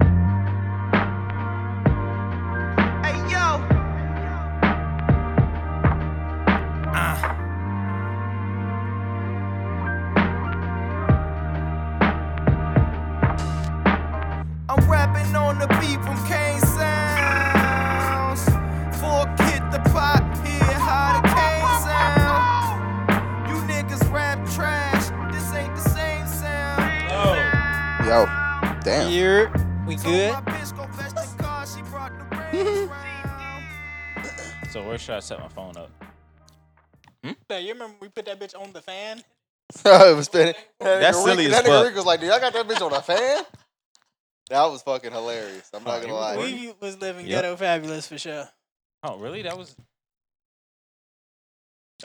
Uh. rapping on the beat from Kane Sounds. Four kid the pot, hear how the cane sound. You niggas rap trash, this ain't the same sound. Yo, damn. Here, we So good? my bitch gon' fetch the car, she brought the rings round. So where should I set my phone up? Now, you remember we put that bitch on the fan? it was spinning. That That's nigga silly Rick- as That nigga fuck. Rick was like, "Dude, I got that bitch on a fan." That was fucking hilarious. I'm Oh, not gonna you lie. recording? We was living Yep. ghetto fabulous for sure. Oh, really? That was.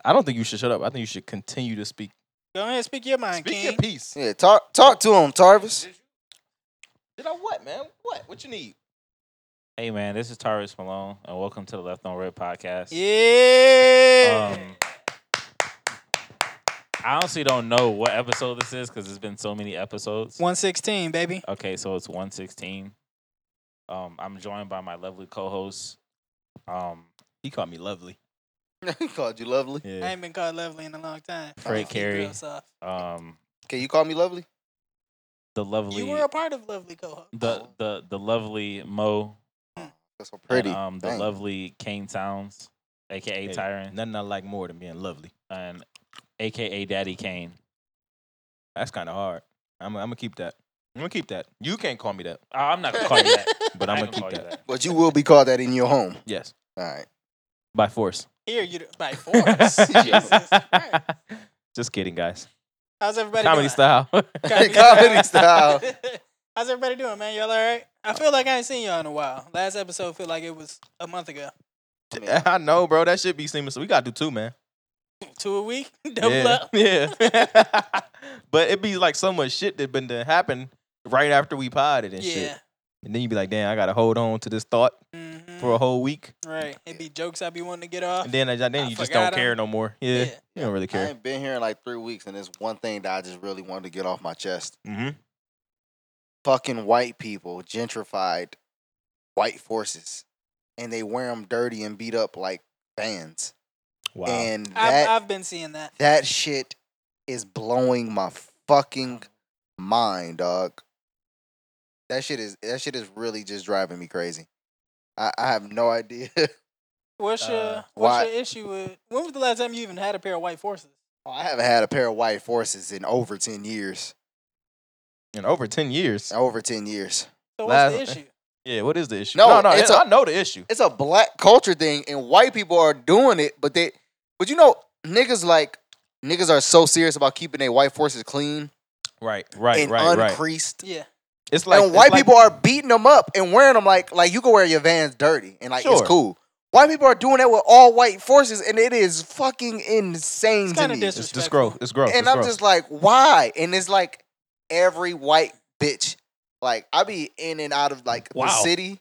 I don't think you should shut up. I think you should continue to speak. Go ahead, speak your mind, Speak King. your piece. Yeah, talk talk to him, Tarvis. Did I what, man? What? What you need? Hey, man, this is Tyrus Malone, and welcome to the Left on Red podcast. Yeah. Um, I honestly don't know what episode this is because there's been so many episodes. 116, baby. Okay, so it's 116. Um, I'm joined by my lovely co-host. Um, He called me lovely. he called you lovely. I yeah. ain't been called lovely in a long time. Oh, Freight Keep Carey. girls off. Um, Can you call me lovely? the lovely, You were a part of Lovely Co the the the lovely Mo, That's so and, pretty. um, the Dang. lovely Kane Towns, aka Hey, Tyrant, Nothing I like more than being lovely. and aka Daddy Kane. That's kind of hard. I'm, I'm gonna keep that. I'm gonna keep that. You can't call me that, Uh, I'm not gonna call you that, but I I'm ain't gonna keep call you that. But you will be called that in your home. Yes, All right. by force. Here, you by force. Jesus Christ. Just kidding, guys. How's everybody Comedy doing? style. Comedy style. How's everybody doing, man? Y'all all right? I feel like I ain't seen y'all in a while. Last episode feel like it was a month ago. I know, bro. That should be seamless. We gotta do two, man. Two a week, double yeah. up. Yeah. but it'd be like so much shit that been to happen right after we potted and Yeah. shit. And then you'd be like, damn, I gotta hold on to this thought Mhm. for a whole week. Right. It'd be jokes I'd be wanting to get off. And then, then I you just forgot don't care no more. Yeah. Yeah. You don't really I care. ain't been here in like three weeks, and there's one thing that I just really wanted to get off my chest. Mm-hmm. Fucking white people gentrified white forces, and they wear them dirty and beat up like fans. Wow. And that I've, I've been seeing that. that shit is blowing my fucking mind, dog. That shit is that shit is really just driving me crazy. I, I have no idea. What's your Uh, what's why- your issue with when was the last time you even had a pair of white forces? I haven't had a pair of white forces in over ten years. In over 10 years. Over ten years. So what's the Last- issue? Yeah, what is the issue? No, No, no, it's it- I a- know the issue. It's a black culture thing, and white people are doing it, but they, but you know, niggas like niggas are so serious about keeping their white forces clean Right, right, and right, right. uncreased. Yeah. It's like and white people are beating them up and wearing them like like you can wear your vans dirty and like it's Sure. cool. White people are doing that with all white forces and it is fucking insane It's to kinda me. disres- It's just gross. It's gross. and it's I'm gross. just like, why? And it's like every white bitch. Like I be in and out of like the Wow. city,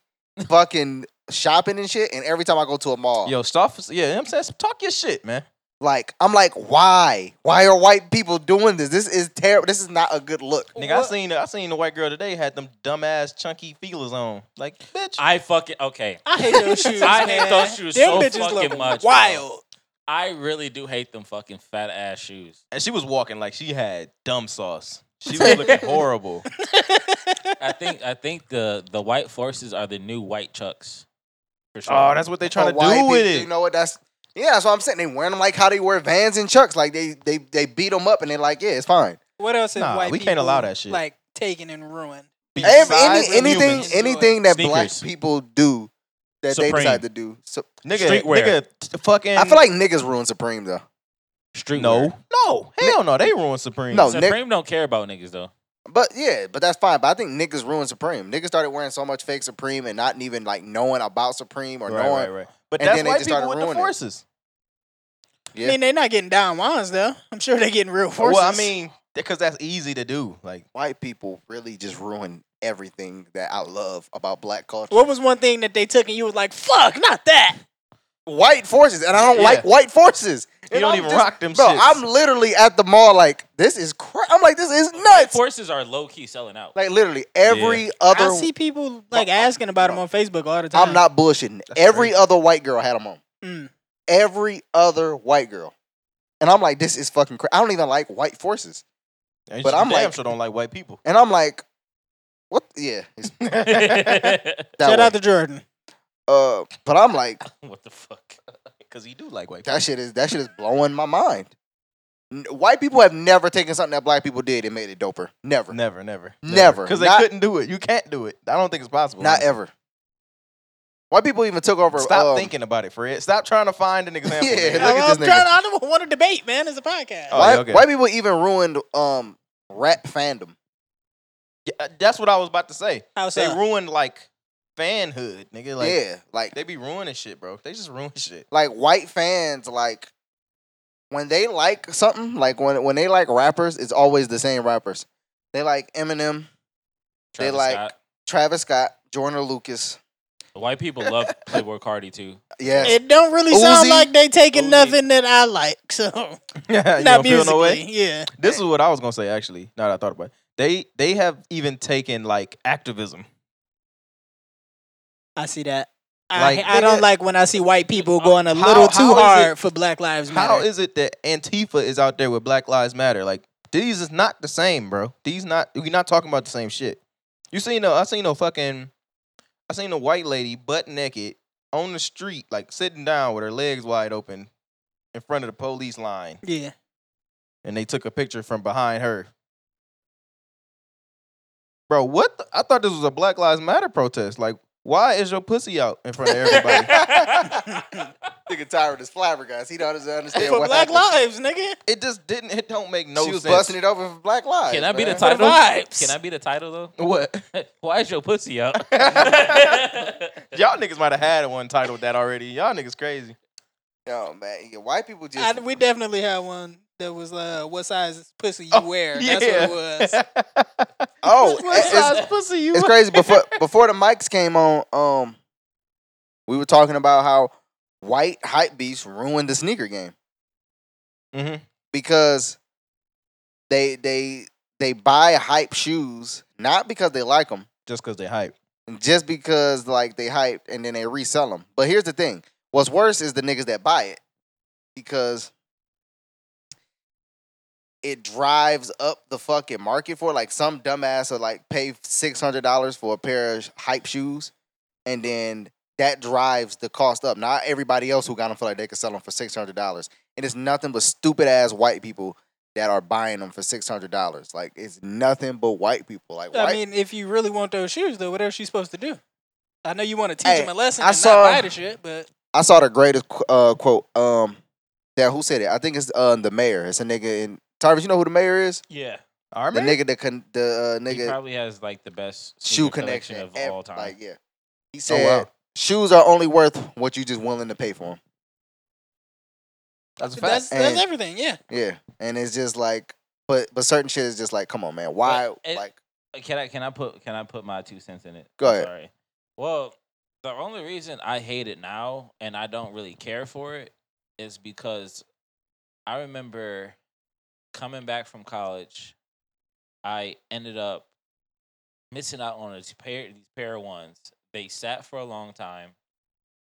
fucking shopping and shit. And every time I go to a mall, Yo, stop. Yeah, you know what I'm saying, talk your shit, man. like I'm like, why? Why are white people doing this? This is terrible. This is not a good look. Nigga, I What- seen I seen the white girl today had them dumbass chunky feelers on. Like, bitch. I fucking okay. I hate those shoes. I hate man. those shoes Them so bitches fucking look much, bro. Wild. I really do hate them fucking fat ass shoes. and she was walking like she had dumb sauce. She was looking horrible. I think I think the the white forces are the new white chucks. For sure. Oh, that's what they trying But to white do with people, it. You know what? That's yeah. That's what I'm saying. They wearing them like how they wear Vans and Chucks. Like they they they beat them up and they're like, yeah, it's fine. What else is Nah, white we people can't allow that shit. like taken and ruined? Every, any, Besides when you anything mention- anything that Sneakers. black people do that Supreme. they decide to do. So, nigga, Streetwear. nigga, t- fucking. eh, I feel like niggas ruin Supreme though. Street no, no, hell no. They ruined Supreme. No, Supreme Oh, Nick, don't care about niggas though. but yeah, but that's fine. But I think niggas ruin Supreme. Niggas started wearing so much fake Supreme and not even like knowing about Supreme or right, knowing. right, right. But And that's then they white just people started with the ruining it. forces. I Yeah. mean, they're not getting down wines though. I'm sure they're getting real forces. Well, I mean, because that's easy to do. Like, White people really just ruin everything that I love about black culture. what was one thing that they took and you was like, "Fuck, not that." white forces, and I don't Yeah. like white forces. You And don't I'm even just- rock them bro. shits. I'm literally at the mall, like this is cra I'm like this is White nuts. forces are low key selling out. Like literally every I other. see people like asking about them on Facebook all the time. I'm not bullshitting. That's Every crazy. other white girl had them on. Mm. Every other white girl, and I'm like, this is fucking crazy. I don't even like white forces, and But you I'm damn like- sure don't like white people. and I'm like, What? Yeah. it's what That Shout way. out to Jordan. uh, but I'm like, the fuck? Because he do like white people. that shit is that shit is blowing my mind. N- White people have never taken something that black people did and made it doper. Never, Never, never. Never. Because they Not- couldn't do it. You can't do it. I don't think it's possible. not ever. White people even took over. Stop um, thinking about it, Fred. Stop trying to find an example. Yeah, nigga. look at I'm this nigga. trying, I don't want to debate, man. It's a podcast. Oh, white, yeah, okay. white people even ruined um rap fandom. Yeah, that's what I was about to say. How so? They ruined like fanhood, nigga. Like yeah, like they be ruining shit, bro. They just ruin shit. like white fans like when they like something like when when they like rappers it's always the same rappers they like eminem They Travis like- Scott. travis scott jordan lucas white people love Playboy Cardi too. yeah It don't really sound Uzi? like they taking Uzi. nothing that I like. So Yeah, not musically, yeah. This is what I was gonna say actually. Now that I thought about it, they they have even taken like activism. I see that. I, Like, I don't nigga- like when I see white people going a How- little too how is hard it- for Black Lives Matter. How is it that Antifa is out there with Black Lives Matter? Like these is not the same, bro. These not we not talking about the same shit. You seen no? I seen no fucking. I seen a white lady butt naked on the street, like sitting down with her legs wide open, in front of the police line, yeah, and they took a picture from behind her. Bro, what? the- I thought this was a Black Lives Matter protest. Like, why is your pussy out in front of everybody? nigga tired is flabbergasted he doesn't understand for what Black happened. Lives, nigga. it just didn't. It don't make no she was sense. busting it open for black lives Can I be the man. For the title? vibes. Can I be the title though? What? Why is your pussy out? Y'all niggas might have had one titled that already. Y'all niggas crazy. no man yeah, white people just I, we definitely had one that was uh, "What size pussy you Oh, wear?" That's what it was. oh it- What's it's, size pussy you it's crazy before before the mics came on um we were talking about how white hype beasts ruined the sneaker game hmm because they they they buy hype shoes not because they like them, Just because they hype. just because like they hyped and then they resell them. But here's the thing: what's worse is the niggas that buy it because it drives up the fucking market for it. like some dumbass will like pay six hundred dollars for a pair of hype shoes, and then that drives the cost up. Not everybody else who got them feel like they could sell them for six hundred dollars, and it's nothing but stupid ass white people that are buying them for six hundred dollars. Like it's nothing but white people. Like I white mean, if you really want those shoes, though, what else you supposed to do? I know you want to teach Hey, them a lesson I and saw- not buy the shit, but I saw the greatest qu- uh, quote. Um, that who said it? I think it's uh, the mayor. It's a nigga in Tarvis. You know who the mayor is? yeah, Our The man? nigga that con- the uh, he nigga probably has like the best shoe sneaker collection connection of ev- all time. Like yeah, he Oh, said wow. shoes are only worth what you just willing to pay for them. That's a that's fact. that's And- everything. Yeah, Yeah, and it's just like, but but certain shit is just like, come on, man, why? Well, it- like, Uh, Can I can I put can I put my two cents in it? Go I'm ahead. Sorry. Well, the only reason I hate it now and I don't really care for it is because I remember coming back from college, I ended up missing out on a t- pair these pair of ones. They sat for a long time,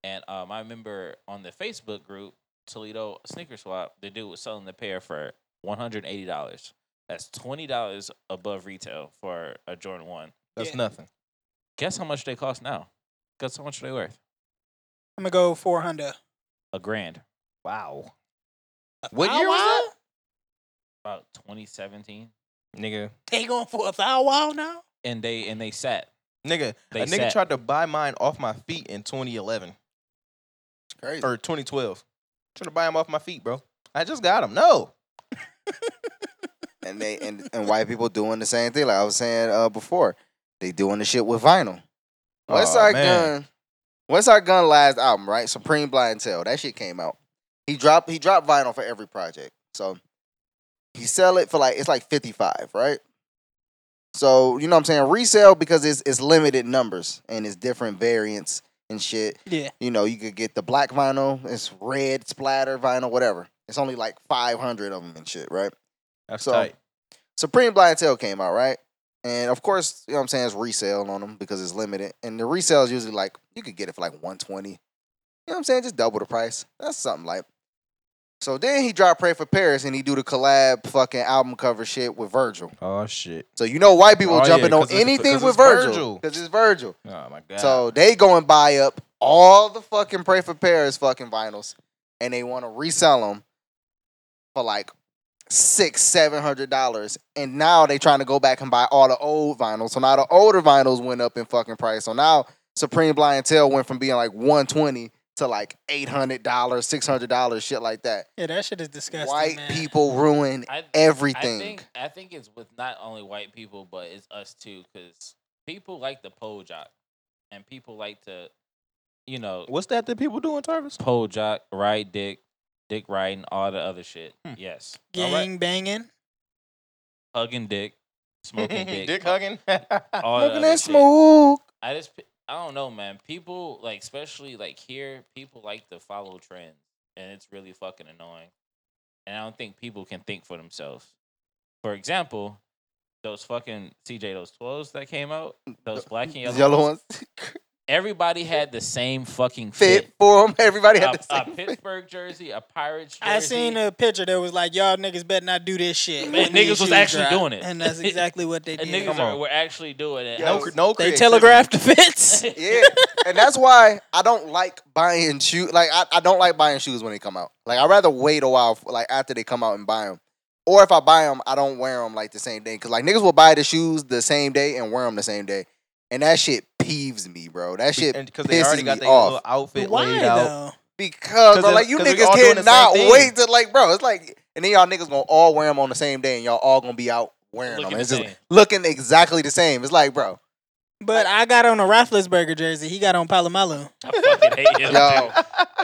and um, I remember on the Facebook group Toledo Sneaker Swap, the dude was selling the pair for one hundred eighty dollars. That's twenty dollars above retail for a Jordan One. That's Yeah. nothing. Guess how much they cost now? Guess how much they worth? I'm gonna go four hundred. A grand. Wow. Uh, What Bow year Wow? was About twenty seventeen. that? Nigga. They going for a thou wow now? And they and they sat. Nigga. They a nigga sat. tried to buy mine off my feet in 2011 crazy. or 2012. Trying to buy them off my feet, bro. I just got them. No. and they and, and white people doing the same thing. Like I was saying uh, before, they doing the shit with vinyl. What's Aw, our Oh, man. gun? What's our gun last album? Right, Supreme Blind Tail. That shit came out. He dropped he dropped vinyl for every project. So he sell it for like it's like fifty five, right? So you know what I'm saying resale because it's it's limited numbers and it's different variants and shit. Yeah, You know you could get the black vinyl, it's red splatter vinyl, whatever. It's only like five hundred of them and shit, right? That's So- tight. Supreme Blind Tail came out, right? And of course, you know what I'm saying, it's resale on them because it's limited. And the resale is usually like, you could get it for like 120. You know what I'm saying? Just double the price. That's something like. So then he dropped Pray for Paris and he do the collab fucking album cover shit with Virgil. Oh shit. So you know white people Oh, yeah, jumping on 'cause it's- anything 'cause with it's Virgil Virgil. because it's Virgil. Oh my god. So they go and buy up all the fucking Pray for Paris fucking vinyls, and they want to resell them for like six, seven hundred dollars. And now they trying to go back and buy all the old vinyls. So now the older vinyls went up in fucking price. So now Supreme Blind Tail went from being like one twenty to like eight hundred dollars, six hundred dollars, shit like that. Yeah, that shit is disgusting. White man. people ruin I, everything. I think I think it's with not only white people, but it's us too, because people like the pole jock, and people like to, you know, what's that that people doing, Tarvis? pole jock, ride dick, dick riding, all the other shit. Yes, all right. gang banging. hugging dick, smoking dick, hugging. all the Looking other at shit. smoke. I just p- I don't know, man. People like, especially like here, people like to follow trends, and it's really fucking annoying. And I don't think people can think for themselves. For example, those fucking CJ those twelves that came out, those black and yellow, Yellow ones, ones Everybody had the same fucking fit. fit for them. Everybody had A, the a same fit. Pittsburgh jersey, a Pirates jersey. I seen a picture that was like, y'all niggas better not do this shit. Man, when niggas these was shoes actually drop." doing it. And that's exactly what they and did. niggas are, were actually doing it. no, I was- no. They creativity. telegraphed the fits. Yeah, and that's why I don't like buying shoes. Like I, I don't like buying shoes when they come out. Like I rather wait a while, f- like after they come out and buy them. Or if I buy them, I don't wear them like the same day. Cause like niggas will buy the shoes the same day and wear them the same day, and that shit peeves me, bro. That shit And because pisses they already got me their off. little outfit Why laid out. though? Because 'Cause bro, it's- like you 'cause we niggas all doing the same cannot thing. wait to like, bro. It's like, and then y'all niggas gonna all wear them on the same day, and y'all all gonna be out wearing Looking them. It's the just same. looking exactly the same. It's like, bro, But I got on a Roethlisberger jersey. He got on Palomalu. I fucking hate him. yo.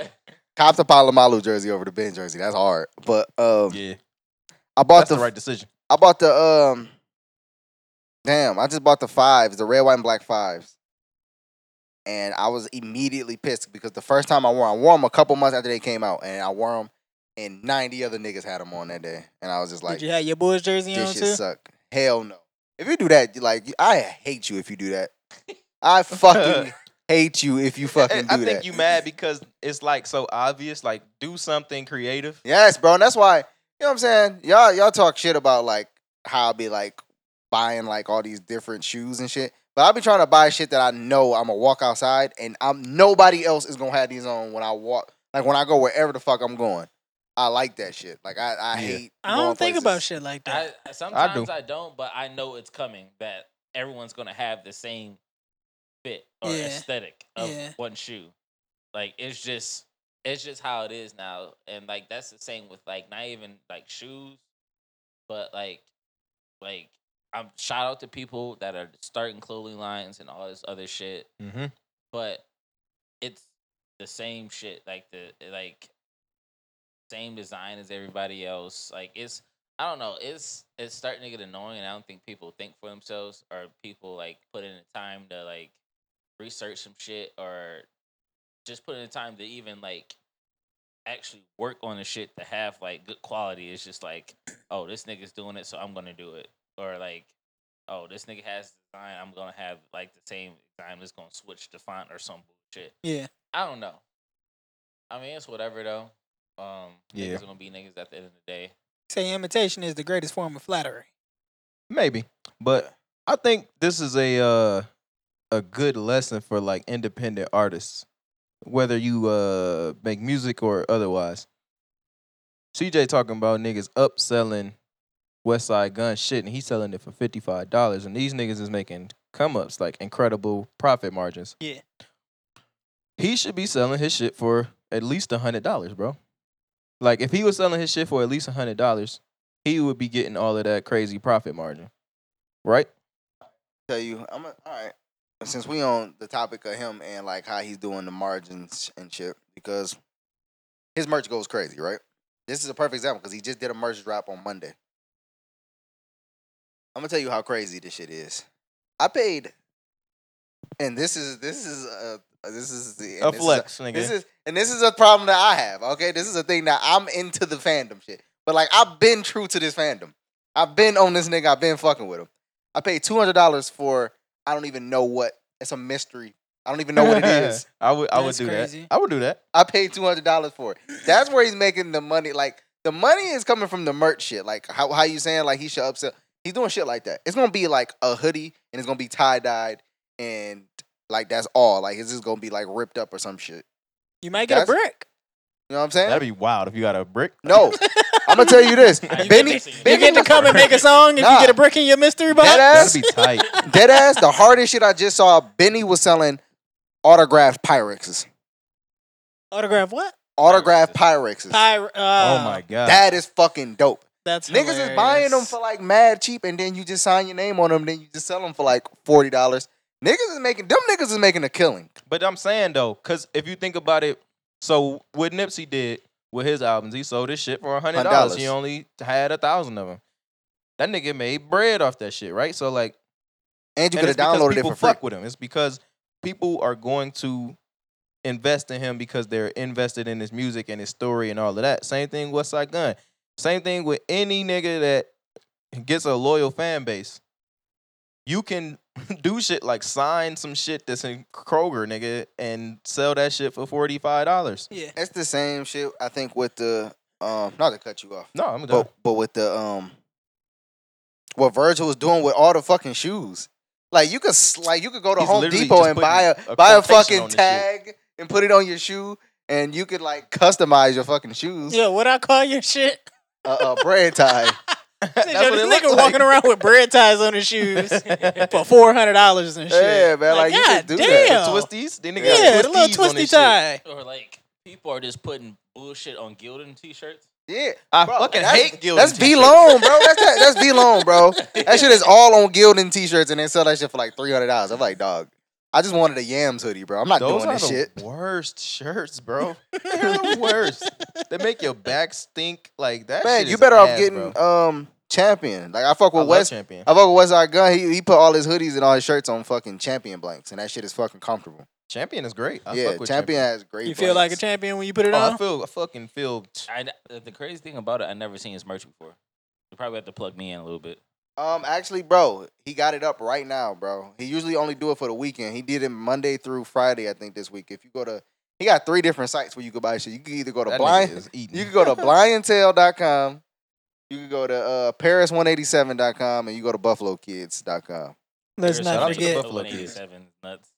Cop the Palomalu jersey over the Ben jersey. That's hard. But um, Yeah, I bought that's the, the right decision. I bought the um. Damn, I just bought the fives, the red, white, and black fives, and I was immediately pissed because the first time I wore, 'em, I wore them a couple months after they came out, and I wore them, and ninety other niggas had them on that day, and I was just like, Did you have your boys jersey on "This shit too? suck." Hell no. If you do that, you like, I hate you if you do that. I fucking hate you if you fucking do I that. think you mad because it's like so obvious. Like do something creative. Yes, bro. And that's why, you know what I'm saying? Y'all y'all talk shit about like how I be like buying like all these different shoes and shit. But I'll be trying to buy shit that I know I'm gonna walk outside and I'm nobody else is gonna have these on when I walk like when I go wherever the fuck I'm going. I like that shit. Like I, I Yeah. hate I going don't think places. about shit like that. I, I- sometimes do. I, don't, but I know it's coming that everyone's gonna have the same fit or Yeah. aesthetic of Yeah. one shoe. Like it's just it's just how it is now. And like that's the same with like not even like shoes, but like like I'm shout out to people that are starting clothing lines and all this other shit Mm-hmm. but it's the same shit. Like the eh, like same design as everybody else. Like it's I don't know. It's it's starting to get annoying, and I don't think people think for themselves or people like put in the time to like research some shit or just put in the time to even like actually work on the shit to have like good quality. It's just like, oh, this nigga's doing it, so I'm gonna do it. Or like, oh, this nigga has design, I'm gonna have like the same design. I'm just gonna switch the font or some bullshit. yeah. I don't know. I mean, it's whatever though. Um, Yeah. niggas gonna be niggas at the end of the day. Say imitation is the greatest form of flattery. Maybe, but I think this is a uh, a good lesson for like independent artists, whether you uh make music or otherwise. CJ talking about niggas upselling West Side Gun shit, and he's selling it for fifty five dollars, and these niggas is making come ups like incredible profit margins. Yeah. he should be selling his shit for at least a hundred dollars, bro. Like if he was selling his shit for at least a hundred dollars, he would be getting all of that crazy profit margin, right? tell you, I'm a, all right. Since we on the topic of him and like how he's doing the margins and shit, because his merch goes crazy, right? This is a perfect example because he just did a merch drop on Monday. I'm gonna tell you how crazy this shit is. I paid, and this is this is a this is the and A this is flex, nigga. this is and this is a problem that I have. Okay, this is a thing that I'm into the fandom shit. But like I've been true to this fandom. I've been on this nigga. I've been fucking with him. I paid two hundred dollars for I don't even know what. It's a mystery. I don't even know what it is. I would I would That's do crazy. that. I would do that. I paid two hundred dollars for it. That's where he's making the money. Like the money is coming from the merch shit. Like how how you saying like he should upsell. He's doing shit like that. It's gonna be like a hoodie and it's gonna be tie dyed and like that's all. Like it's just gonna be like ripped up or some shit. You might get a That's- brick. You know what I'm saying? That'd be wild if you got a brick. no, I'm gonna tell you this, I ain't Benny. never seen it. You Benny get to was- come and make a song if Nah. you get a brick in your mystery box. That ass- That'd be tight. Dead ass, the hardest shit I just saw, Benny was selling autographed Pyrexes. Autograph what? Autographed Pyrexes. Pyre. oh my god. That is fucking dope. uh, That's Niggas is buying them hilarious. for like mad cheap, and then you just sign your name on them, then you just sell them for like forty dollars. Niggas is making them niggas is making a killing. But I'm saying though, because if you think about it, so what Nipsey did with his albums, he sold his shit for a hundred dollars. He $100. only had a thousand of them. That nigga made bread off that shit, right? So like, And you and could it's have because downloaded it people for free. fuck with him. It's because people are going to invest in him because they're invested in his music and his story and all of that. Same thing with Saigon. Same thing with any nigga that gets a loyal fan base. You can do shit like sign some shit that's in Kroger, nigga, and sell that shit for forty five dollars. Yeah. That's the same shit I think with the um not to cut you off, No, I'm done. but but with the um what Virgil was doing with all the fucking shoes. Like you could s- like you could go to He's Home literally Depot just and buy putting a a buy a quotation on fucking the shit. tag and put it on your shoe, and you could like customize your fucking shoes. Yeah, what I call your shit? A uh, bread tie. That's Yo, what this it nigga looked like. walking around with bread ties on his shoes for four hundred dollars and shit. Yeah, man, like, you God could do damn. that. Twisties, then nigga got yeah, the twisties little on twisty this shit. tie. Or like people are just putting bullshit on Gildan t-shirts. Yeah. I Bro, fucking that's- hate Gildan. That's V Loan, bro. That's that, that's V Loan, bro. That shit is all on Gildan t-shirts, and they sell that shit for like three hundred dollars. I'm like, dog, I just wanted a Yams hoodie, bro. I'm not Those doing are this the shit. worst shirts, bro. They're the worst. They make your back stink like that. Man, shit you is better off ass, getting bro. um champion. Like I fuck I with love West. champion. I fuck with Westside Gun. He he put all his hoodies and all his shirts on fucking champion blanks, and that shit is fucking comfortable. Champion is great. yeah, I fuck champion, with champion. has great. You feel like a blanks. champion when you put it Oh, I on? feel. I fucking feel. I the the crazy thing about it, I never seen his merch before. You probably have to plug me in a little bit. Um, actually, bro, he got it up right now, bro. He usually only do it for the weekend. He did it Monday through Friday, I think, this week. If you go to, he got three different sites where you could buy shit. You can either go to That blind, nigga is eating. you can go to blindtail.com, you can go to uh, paris187.com, and you go to buffalokids.com. Let's Shout out not to the forget. Buffalo Kids. 187 nuts.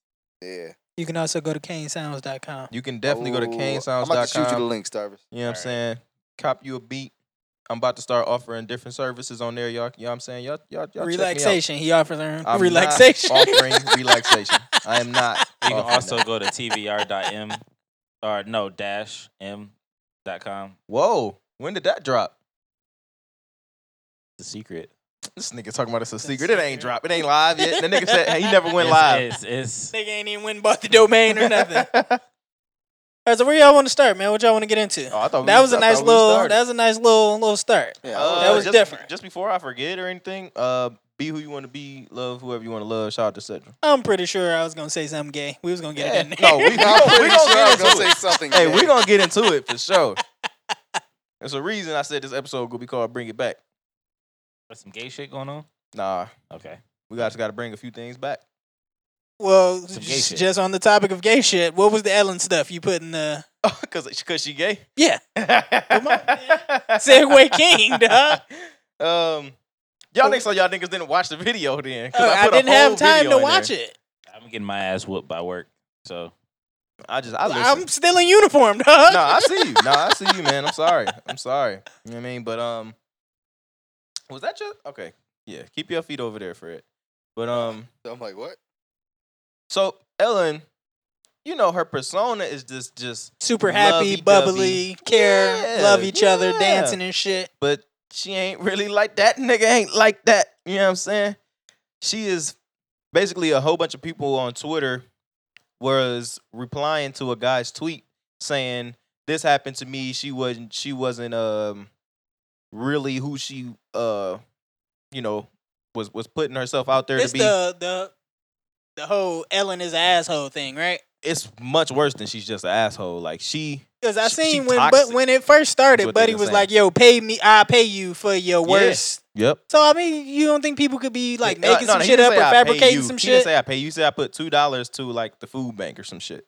Yeah, You can also go to canesounds.com. You can definitely go to Ooh, canesounds.com. Oh, I'm about to shoot you the link, Starvis. You know what I'm Alright. saying? Cop you a beat. I'm about to start offering different services on there, y'all. You know what I'm saying? Y'all, y'all, y'all check me out. Relaxation. He offers her I'm not relaxation. offering relaxation. I am not. You can offering also that. go to tvr.m or no dash m dot com. Whoa! When did that drop? The secret. This nigga talking about it's a It's a secret. It secret. ain't drop. It ain't live yet. The nigga said hey, he never went It's- live. It's, it's, Nigga ain't even went and bought the domain or nothing. All right, so where y'all want to start, man? What y'all want to get into? Oh, I thought we- that was I a thought nice we little. started. That was a nice little little start. Yeah, Uh, That was just, different. Just before I forget or anything, uh, be who you want to be, love whoever you want to love. Shout out to Cedric. I'm pretty sure I was gonna say something gay. We was gonna get it in there. No, we, we, I'm gon- we pretty gonna sure I was get gonna into say it. something. Hey, yeah. we gonna get into it for sure. There's a reason I said this episode gonna be called "Bring It Back." there's some gay shit going on. Nah, Okay. we got got to bring a few things back. Well, Some gay just, shit. just on the topic of gay shit, what was the Ellen stuff you put in the? cause, cause she gay. Yeah, Come on, Segway King, dog. Um, y'all niggas, so y'all niggas didn't watch the video then. 'cause Uh, I, put a didn't have whole time video to in watch there. it. I'm getting my ass whooped by work. So I just, I I'm listened. still in uniform, dog. no, I see you. No, I see you, man. I'm sorry. I'm sorry. You know what I mean? But um, was that your okay? Yeah, keep your feet over there for it. But um, So I'm like, what? so Ellen, you know her persona is just just, Super happy, Lovey-dovey. bubbly, care, Yeah, love each other, yeah. dancing and shit. but she ain't really like that. Nigga ain't like that. You know what I'm saying? She is basically a whole bunch of people on Twitter was replying to a guy's tweet saying this happened to me. She wasn't. She wasn't. Um, really who she. Uh, you know, was was putting herself out there It's to be. the the the whole Ellen is an asshole thing, right? it's much worse than she's just an asshole. Like she Because I She- she seen when, but toxic. when it first That's started, what they Buddy been was saying. like, "Yo, pay me, I pay you for your Yeah. worst." Yep. So I mean, you don't think people could be like Yeah, making uh, no, some no, he shit didn't up say or I pay fabricating you. some he Didn't shit? say I pay. You said I put two dollars to like the food bank or some shit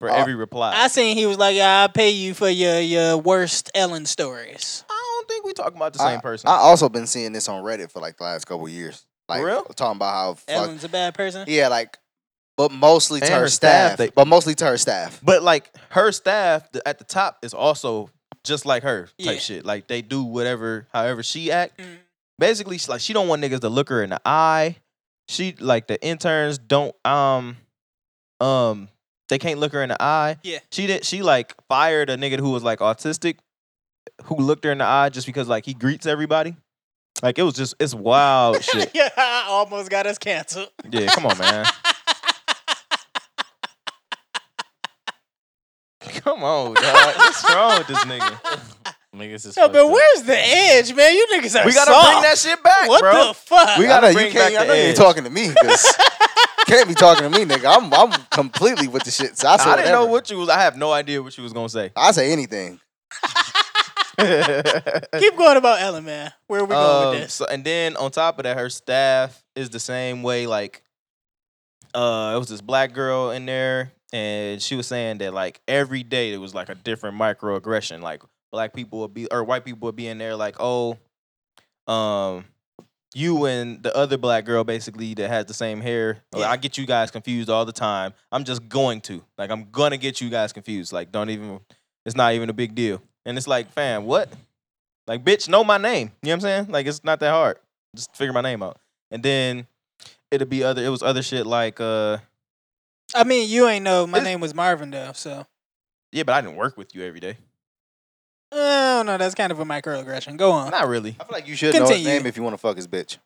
for Oh. every reply. I seen he was like, "Yeah, I pay you for your your worst Ellen stories." I don't think we talking about the I- same person. I also been seeing this on Reddit for like the last couple of years. Like real? talking about how fuck, Ellen's a bad person. yeah, like but mostly to And her, her staff. staff, they- but mostly to her staff. but like her staff th- at the top is also just like her type Yeah. shit. Like they do whatever, however she act. Mm. Basically, she, like she don't want niggas to look her in the eye. She like the interns don't um um they can't look her in the eye. Yeah. She did she like fired a nigga who was like autistic who looked her in the eye just because like he greets everybody. Like it was just it's wild shit. yeah, I almost got us canceled. Yeah, come on, man. Come on, dog. What's wrong with this nigga? Niggas is No, fucked but up. where's the edge, man? You niggas are We gotta soft. bring that shit back, What bro. the fuck? We I gotta gotta you bring can't back I the know you ain't edge. talking to me because can't be talking to me, nigga. I'm I'm completely with the shit. So I, I say didn't know whatever. what you was. I have no idea what you was gonna say. I say anything. Keep going about Ellen, man. Where are we going Um, with this? so- and then on top of that, her staff is the same way. Like, uh, it was this black girl in there, and she was saying that like every day there was like a different microaggression. Like black people would be or white people would be in there like, oh, um, you and the other black girl basically that has the same hair. like, Yeah. I get you guys confused all the time. I'm just going to. Like I'm gonna get you guys confused. Like don't even it's not even a big deal. And it's like, fam, what? Like, bitch, know my name. You know what I'm saying? Like it's not that hard. Just figure my name out. And then it'll be other it was other shit like uh I mean, you ain't know my it's- name was Marvin though, so yeah, but I didn't work with you every day. oh no, that's kind of a microaggression. Go on. Not really. I feel like you should know his Continue. name if you want to fuck his bitch.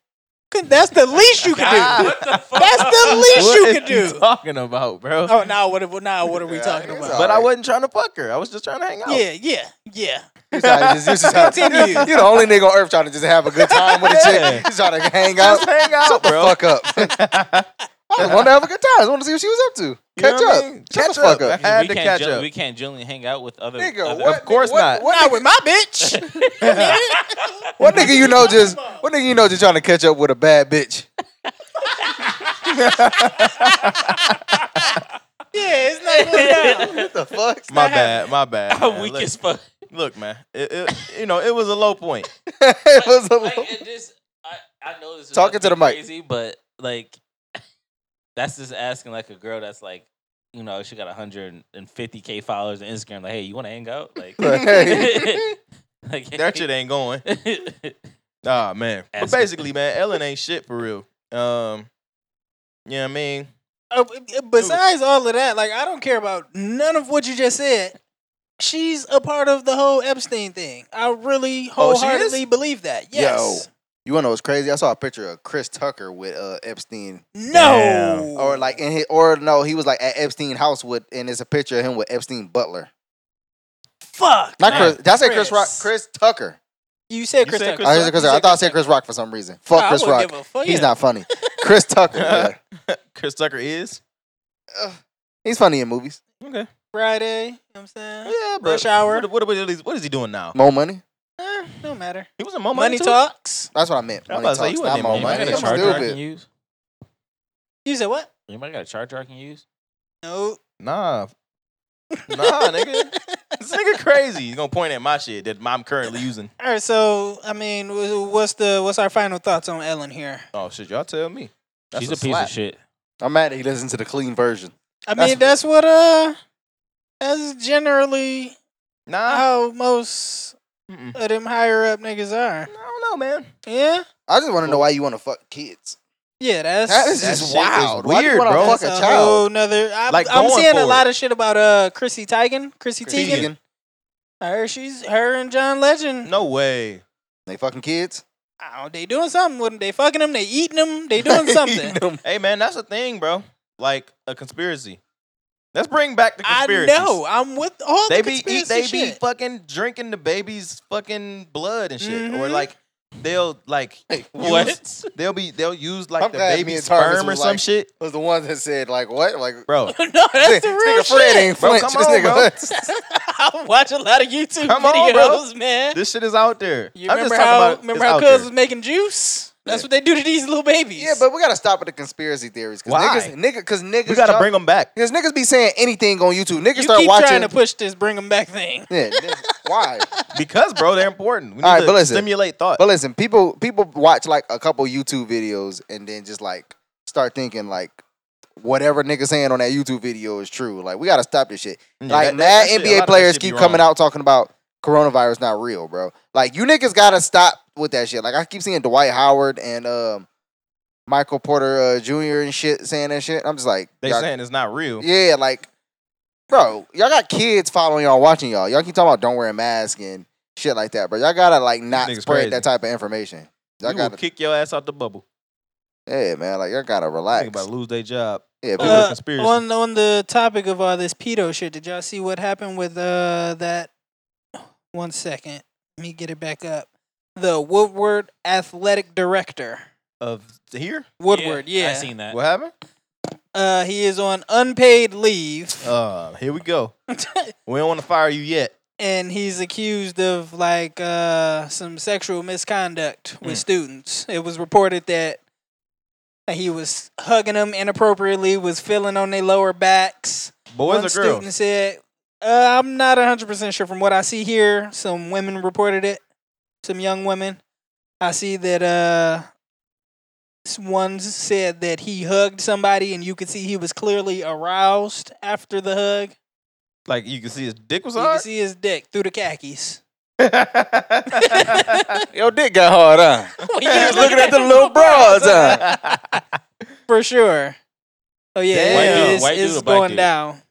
That's the least you can do. What the fuck? That's the least What you is can do. talking about, bro? Oh, now what? Are, now what are we Yeah, talking it's about? but I alright. wasn't trying to fuck her. I was just trying to hang Oh. out. Yeah, yeah, yeah. You trying to just- you just trying to- Continue. you the only nigga on earth trying to just have a good time with a Yeah. chick. You trying to hang out. Just hang out, Shut the bro. fuck up. I just want to have a good time. I just want to see what she was up to. You know Catch what I up. mean? Catch Catch the fuck up. up. I had we to can't catch ju- up. We can't generally hang out with other. Nigga, other what? Of course What- not. what Not nigga- with my bitch. What nigga you know just what nigga you know just trying to catch up with a bad bitch? yeah, it's not going down. What the fuck? My bad, my bad. How man. weak Look- as fuck. Look, man, it, it, you know it was a low point. It was a Like, little- it just, I, I know this is Talking to the mic. crazy, but like, that's just asking like a girl that's like, you know, she got 150k followers on Instagram. Like, hey, you want to hang out? Like, Right. like That shit ain't going. ain't. Ah man, but Ass. basically, man, Ellen ain't shit for real. Um, you know what I mean? Uh, Besides all of that, like I don't care about none of what you just said. She's a part of the whole Epstein thing. I really Oh, she is? wholeheartedly believe that. Yes. You wanna know what's crazy? I saw a picture of Chris Tucker with uh, Epstein, No. Damn. or like in his, or no, he was like at Epstein house with, and it's a picture of him with Epstein Butler. fuck. Not Chris. Did I say Chris Chris. Rock? Chris Tucker. You said You Chris said Tucker. Chris I, Tucker? Chris Tucker. You I said thought I said Chris Rock for some reason. Fuck I Chris wouldn't Rock. give a fuck. He's not funny. Chris Tucker. yeah. Chris Tucker is Ugh. He's funny in movies. okay. Friday. You know what I'm saying? Yeah, but Rush Hour. What, what, what, is, what is he doing now? Mo money. Eh, don't matter. He was in Mo Money Money, too? talks. That's what I meant. I was Money talks. about to say, not you wasn't Mo in money. Anybody got I'm a charger I can stupid. use? You said what? Anybody got a charger I can use? No. Nah, nah, nigga, this nigga crazy. He's gonna point at my shit that I'm currently using. All right. So I mean, wh- what's the what's our final thoughts on Ellen here? Oh shit, y'all tell me. That's She's a, piece slap. of shit. I'm mad that he listens to the clean version. I mean, that's, what uh, that's generally Nah, how most Mm-mm. of them higher up niggas are. I don't know, man. Yeah. I just want to know why you want to fuck kids. Yeah. That's That is That just shit is wild. Why do you weird, wanna bro. fuck a that's child? whole nother. I, Like, I'm going seeing a for lot of shit about uh Chrissy Teigen. Chrissy Chris Teigen. Teigen. I heard she's her and John Legend. No way. They fucking kids. Oh, they doing something with them. They fucking them. They eating them. They doing something. Them. Hey man, that's a thing, bro. Like a conspiracy. Let's bring back the I conspiracy. know. I'm with all They the be eat, conspiracy they be shit. fucking drinking the baby's fucking blood and shit, or Mhm. like they'll like What? they'll be they'll use like I'm the glad me baby and Tarvis sperm or was some like- shit, was the one that said like what like bro. no, that's the this real nigga Fred shit. ain't Bro, flinch. come this on, bro. nigga I watch a lot of YouTube Come on, bro. videos, man. This shit is out there. You I'm just remember talking how about remember it's how out Cuz there. was making juice? That's Yeah. what they do to these little babies. yeah, but we gotta stop with the conspiracy theories. Cause Why? Niggas, nigga, cause niggas, we gotta jump- bring them back. Cause niggas be saying anything on YouTube. Niggas you start keep watching. trying to push this bring them back thing. yeah, niggas- why? because bro, they're important. We need All right, to but listen. stimulate thought. But listen, people people watch like a couple YouTube videos and then just like start thinking like whatever niggas saying on that YouTube video is true. Like we gotta stop this shit. like Yeah, that- that- mad that shit- a lot NBA of that players shit be keep coming wrong. out talking about coronavirus not real, bro. Like you niggas gotta stop with that shit. Like I keep seeing Dwight Howard and um Michael Porter uh, Jr. and shit saying that shit. I'm just like, They y'all- saying it's not real. yeah, like, bro, y'all got kids following y'all, watching y'all. Y'all keep talking about don't wear a mask and shit like that, bro. Y'all gotta like not Niggas spread crazy. that type of information. You Y'all will gotta, kick your ass out the bubble. yeah, man, like y'all gotta Think relax. about lose their job. Yeah, people, Well, Uh, conspiracy. on on the topic of all this pedo shit, did y'all see what happened with uh that? One second, let me get it back up. The Woodward athletic director, Of here, Woodward, yeah, I seen that. what happened? uh, he is on unpaid leave, Uh, here we go. We don't want to fire you yet. and he's accused of like uh some sexual misconduct with Hmm. students. It was reported that he was hugging them inappropriately, was feeling on their lower backs. Boys One or girls? student said, uh, "I'm not 100 percent sure from what I see here. Some women reported it. Some young women. I see that uh, s- one said that he hugged somebody, and you could see he was clearly aroused after the hug. Like you can see his dick was You could hard. see his dick through the khakis. yo, dick got hard, huh? Well, you He was was looking at the little bras, huh? for sure. Oh yeah, Damn. White dude- it's, white dude it's or black going dude? down.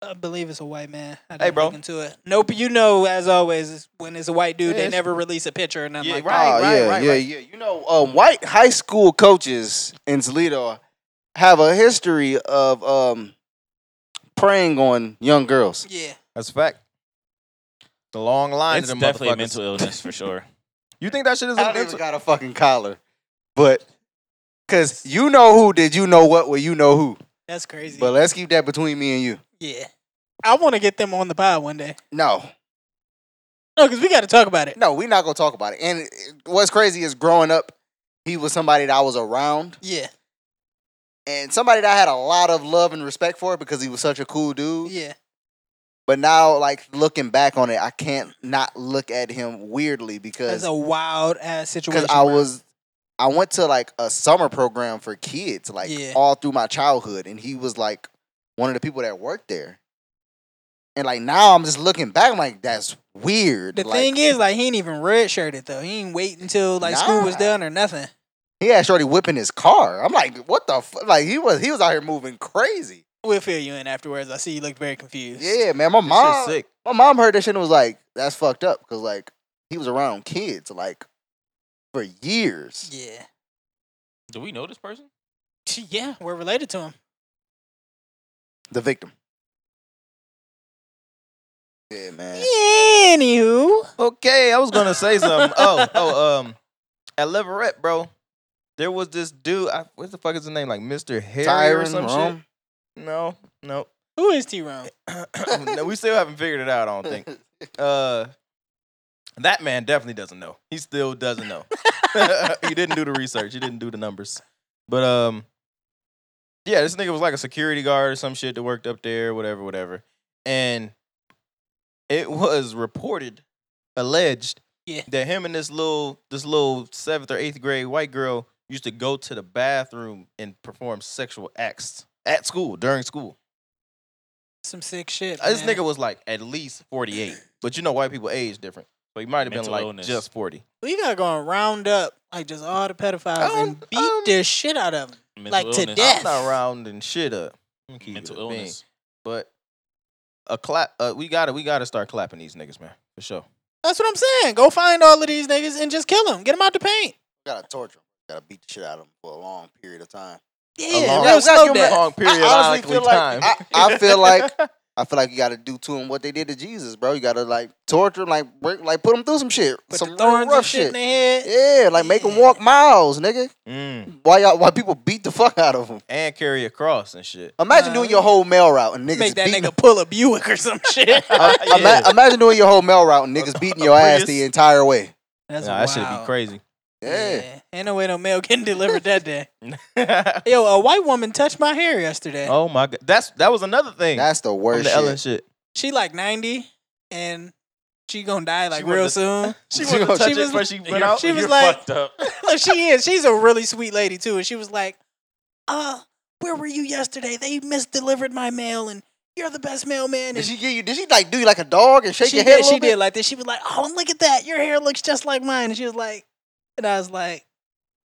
I believe it's a white man. I didn't bro. look into it. Nope. You know, as always, it's- when it's a white dude, Yeah, they it's- never release a picture or nothing Yeah, like right. oh, yeah, right, yeah, right. yeah. You know, uh, white high school coaches in Toledo have a history of um, preying on young girls. that. Yeah. That's a fact. The long line. It's of them definitely a motherfuckers. mental illness for sure. You think that shit is I a don't even mental? got a fucking collar. But cause you know who did you know what well you know who. That's crazy. But let's keep that between me and you. yeah. I want to get them on the pod one day. No. No, because we got to talk about it. No, we're not gonna talk about it. And it- what's crazy is growing up, he was somebody that I was around Yeah. and somebody that I had a lot of love and respect for because he was such a cool dude. Yeah. But now like looking back on it, I can't not look at him weirdly That's because a wild ass situation. because I bro. was I went to like a summer program for kids like Yeah. all through my childhood, and he was like one of the people that worked there. And like now, I'm just looking back, I'm like, that's weird. The like, thing is, like, he ain't even redshirted, though. He ain't wait until, like, school was Nah. done or nothing. he had Shorty whipping his car. I'm like, what the fuck? Like he was he was out here moving crazy. We'll fill you in afterwards. I see you looked very confused. Yeah, man. My That shit's mom, sick. my mom heard that shit and was like, that's fucked up because like he was around kids like for years. Yeah. Do we know this person? Yeah, we're related to him. The victim. Yeah, man. Anywho, Okay, I was gonna say something. oh, oh, um, at Leverett, bro, there was this dude. I, what the fuck is his name? Like Mr. Harry or Tyron some Rome. shit? No, no. who is T Rome? no. We still haven't figured it out. I don't think. Uh, that man definitely doesn't know. He still doesn't know. he didn't do the research. He didn't do the numbers. But um, yeah, this nigga was like a security guard or some shit that worked up there, whatever, whatever. And it was reported, alleged, Yeah. that him and this little this little seventh or eighth grade white girl used to go to the bathroom and perform sexual acts at school during school. Some sick shit. Uh, This man. nigga was like at least 48. But you know, white people age different. So he might have been Mental like illness. just 40. We gotta go and round up like just all the pedophiles Um, and beat um, the shit out of them. Mental Like to illness. death. I'm not rounding shit up. I'm gonna keep Mental it a bean. illness. But a clap uh, we gotta we gotta start clapping these niggas, man. For sure. That's what I'm saying. Go find all of these niggas and just kill them. Get them out the paint. gotta torture him. Gotta beat the shit out of him for a long period of time. Yeah, long- real Gotta- gotta slow give 'em a death. Long period I honestly feel like I, I feel like I feel like you got to do to him what they did to Jesus, bro. You got to like torture him, like break, like put him through some shit, Put some the real thorns and rough shit in shit. their head. Yeah, like make him Yeah. walk miles, nigga. Mm. Why y'all? Why people beat the fuck out of him? And carry a cross and shit. Imagine Nah. doing your whole mail route and niggas Make that beating. nigga pull a Buick or some shit. Uh, ima- Yeah. imagine doing your whole mail route and niggas beating your ass the Prius. entire way. That's nah, that should be wild. crazy. Yeah. Ain't no way no mail getting delivered that day. Yo, a white woman touched my hair yesterday. oh my god, that's that was another thing. that's the from worst the shit. Ellen shit. She like 90 and she gonna die like She real wanted to- soon. She wanted to was touch touch it it was- before she went out. she was you're like- fucked up. Look, she is. She's a really sweet lady too. And she was like, uh, where were you yesterday? They misdelivered my mail and you're the best mailman. And Did she give you? Did she like do you like a dog and shake she your head? did, a little she bit? did like this. She was like, "Oh, look at that! Your hair looks just like mine." And she was like, and I was like,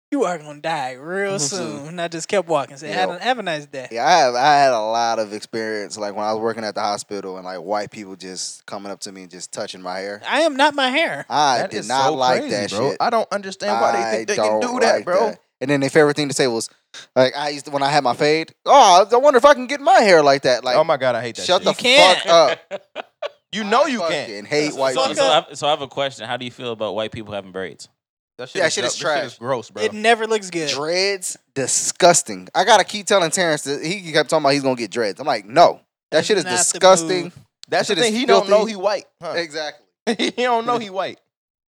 "You are gonna die real Mhm. soon." And I just kept walking. Said, "Have Yep. a, have a nice day." Yeah, I have. I had a lot of experience, like when I was working at the hospital, and like white people just coming up to me and just touching my hair. I am not my hair. I That did is not so like crazy, that bro. shit. I don't understand why they think they can don't do that, like bro. And then their favorite thing to say was, like, I used to, when I had my fade. Oh, I wonder if I can get my hair like that. Like, oh my god, I hate that. shut shit. the You can't. fuck up. you know I you fucking can't. Hate white so, fuck people. so, up. I, have- so I have a question. How do you feel about white people having braids? That Yeah, shit is dumb. That trash. gross, bro. It never looks good. Dreads, disgusting. I gotta keep telling Terrence that he kept talking about he's gonna get dreads. I'm like, no, that That's shit is not the disgusting. move. That's shit the thing. is He don't know filthy. he white. Huh? Exactly. he don't know he white.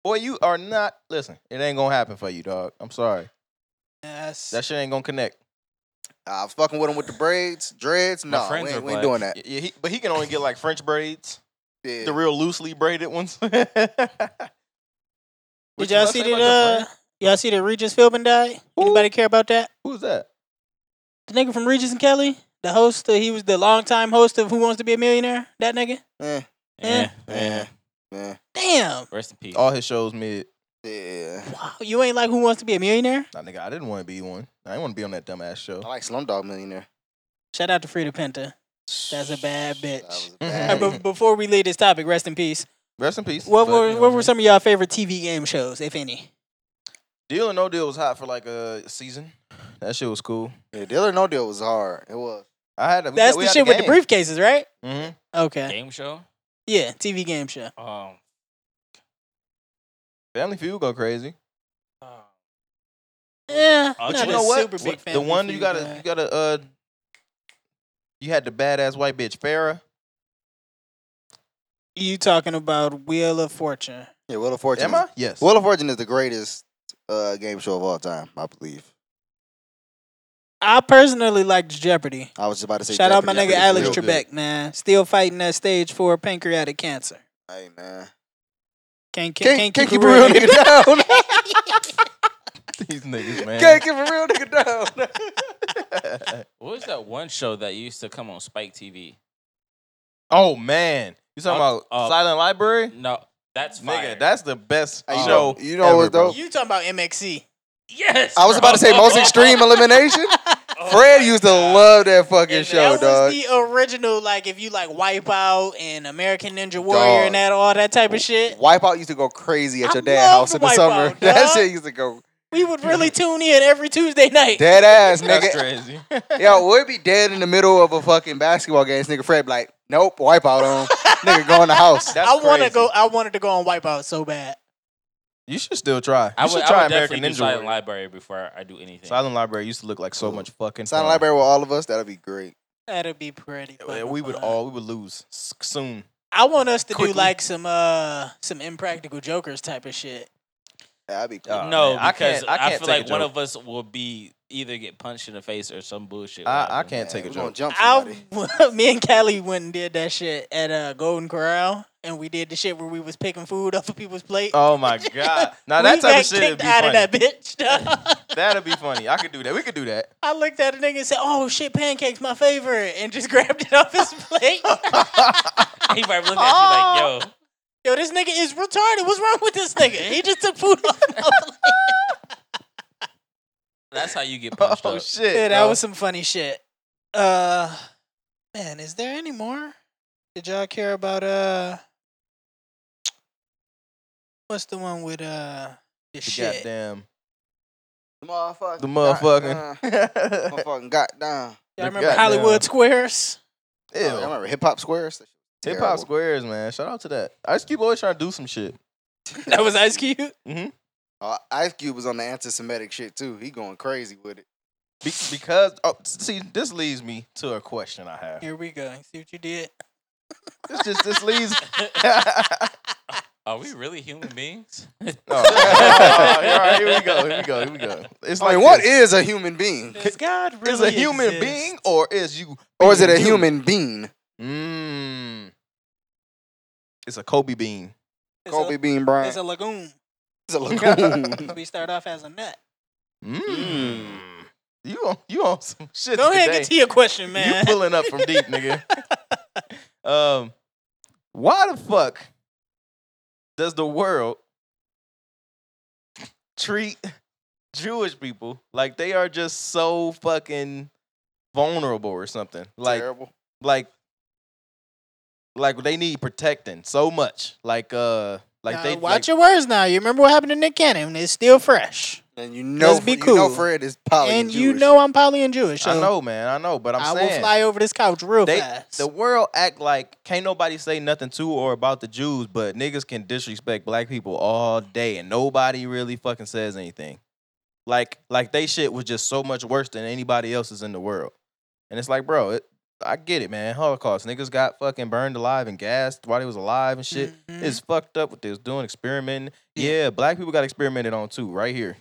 Boy, you are not. Listen, it ain't gonna happen for you, dog. I'm sorry. Yes. That shit ain't gonna connect. Uh, fucking with him with the braids, dreads. My No, we friends ain't, are we black. ain't doing that. Yeah, yeah, he, but he can only get like French braids, Yeah. the real loosely braided ones. Did Did y'all see that? Uh, y'all see that Regis Philbin died? Who? Anybody care about that? Who's that? The nigga from Regis and Kelly, the host. Uh, he was the longtime host of Who Wants to Be a Millionaire. That nigga. Eh, Yeah. eh, eh, Damn. Rest in peace. Oh, All his shows mid. yeah. Wow. You ain't like Who Wants to Be a Millionaire? Nah, nigga, I didn't want to be one. I didn't want to be on that dumbass show. I like Slumdog Millionaire. Shout out to Frida Pinta. That's a bad That was bitch. a Uh, bad. Mhm. but before we leave this topic, rest in peace. Rest in peace. What but, you were know what I were mean? some of y'all favorite TV game shows, if any? Deal or No Deal was hot for like a season. That shit was cool. yeah, deal or no deal was hard. It was. I had a, we That's got- we the had shit a with the game. briefcases, right? Mhm. Okay. Game show. Yeah, TV game show. Um. Family Feud go crazy. uh, Yeah, Oh, not you a know what? super big What- fan. the one you gotta you gotta uh you had the badass white bitch Farah. You talking about Wheel of Fortune? Yeah, Wheel of Fortune. Am I? Yes. Wheel of Fortune is the greatest uh, game show of all time, I believe. I personally liked Jeopardy. I was just about to say. Shout out my Jeopardy. nigga Jeopardy Alex is real Trebek, man. Still fighting that stage for pancreatic cancer. real- Hey man. Can't Can't, can't, can't, can't keep a real nigga down. These niggas, man. can't keep a real nigga down. What was that one show that used to come on Spike TV? oh man. You talking Uh, about uh, Silent Library? No, that's fire. Nigga, that's the best Hey, you show. know- you know what's ever, bro. dope? You talking about E. MXC? yes. I was about to say bro. most extreme elimination. Oh Fred my used to God. love that fucking And show, that dog. was the original, like if you like Wipeout and American Ninja Warrior Dog. and that all that type of shit. Wipeout used to go crazy at I your dad's loved house in the Wipeout, summer. That dog. shit used to go We would really tune in every Tuesday night. dead ass, That's nigga. crazy. Yo, we'd be dead in the middle of a fucking basketball game. This nigga Fred be like, nope, wipeout on. nigga go in the house. That's I want to crazy. go. I wanted to go on Wipeout so bad. You should still try. You I should would, try I would American definitely do Ninja Silent Warrior. Library before I do anything. Silent Library used to look like so Ooh. much fucking. Sound fun. library with all of us, that'd be great. That'd be pretty. Yeah, fucking We would fun. all we would lose s- soon. I want us to quickly. do like some uh some impractical jokers type of shit. That'd be cool. Uh, no, man, I because I, can't- I can't feel take a like one joke. of us will be either get punched in the face or some bullshit. will I, I happen. can't take a we gonna joke. jump I somebody. me and Callie went and did that shit at uh Golden Corral, and we did the shit where we was picking food off of people's plate. Oh my god! Now we that type got of shit would kicked be out funny. of that bitch. dog. That'd be funny. I could do that. We could do that. I looked at a nigga and said, "Oh shit, pancakes, my favorite," and just grabbed it off his plate. He probably looking at you like, yo, Yo, this nigga is retarded. What's wrong with this nigga? He just took food off my plate. that's how you get punched oh up. shit! Yeah, that no. was some funny shit. Uh, man, is there any more? Did y'all care about uh, what's the one with uh the the shit? goddamn The motherfucker. the motherfucking. Motherfucking goddamn. Y'all the remember Hollywood goddamn- Squares? Ew. I remember Hip Hop Squares. Hip Terrible. Hop Squares, man. Shout out to that. Ice Cube always trying to do some shit. That was Ice Cube. Uh, Ice Cube was on the anti-Semitic shit too. He going crazy with it. Be- because oh, see, this leads me to a question I have. Here we go. See what you did. This just this leads. Are we really human beings? Oh, all right, here we go. Here we go. Here we go. It's Like, like what this. is a human being, Does God really is a human exist? being or is you or is it being a human being? Mm. It's a Kobe bean. It's Kobe a, Bean Bryant. It's a lagoon. It's a lagoon. We start off as a nut. Mm. Mm. You on you on some shit Go today. ahead, get to your question, You man. pulling up from deep, nigga. um, why the fuck does the world treat Jewish people like they are just so fucking vulnerable or something? Like, Terrible. like, like they need protecting so much. Like, uh, like Now, they watch like, your words now. You remember what happened to Nick Cannon? It's still fresh, And you know, Let's be you know cool. Fred is probably and you know I'm poly and Jewish. So I know, man, I know, but I'm I saying will fly over this couch real They- fast. the world act like can't nobody say nothing to or about the Jews, but niggas can disrespect black people all day and nobody really fucking says anything. Like like they shit was just so much worse than anybody else's in the world. And it's like, bro, it, I get it, man. Holocaust. Niggas got fucking burned alive and gassed while they was alive and shit. Mhm. It's fucked up what they was doing, experimenting. Yeah. Yeah, black people got experimented on too, right here.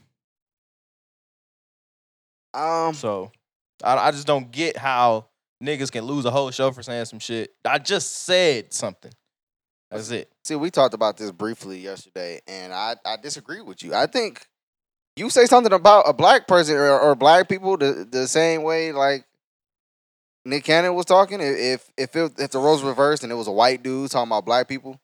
Um, So I, I just don't get how niggas can lose a whole show for saying some shit. I just said something. That's it. See, we talked about this briefly yesterday, and I, I disagree with you. I think you say something about a black person or, or black people the, the same way like Nick Cannon was talking. I- If if it, if the roles reversed and it was a white dude talking about black people,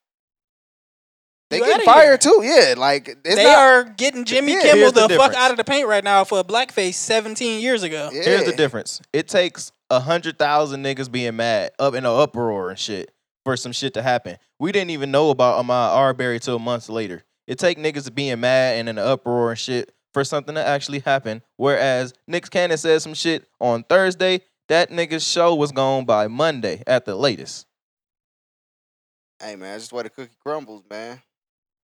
they You get outta fired too. Yeah, like it's they not- are getting Jimmy Yeah, Kimmel here's the, the fuck difference. out of the paint right now for a blackface 17 years ago. Yeah. Here's the difference. It takes a hundred thousand niggas being mad up in an uproar and shit for some shit to happen. We didn't even know about Ahmad Arbery till months later. It take niggas being mad and in an uproar and shit for something to actually happen. Whereas Nick Cannon said some shit on Thursday, that nigga's show was gone by Monday at the latest. Hey man, that's just where the cookie crumbles, man.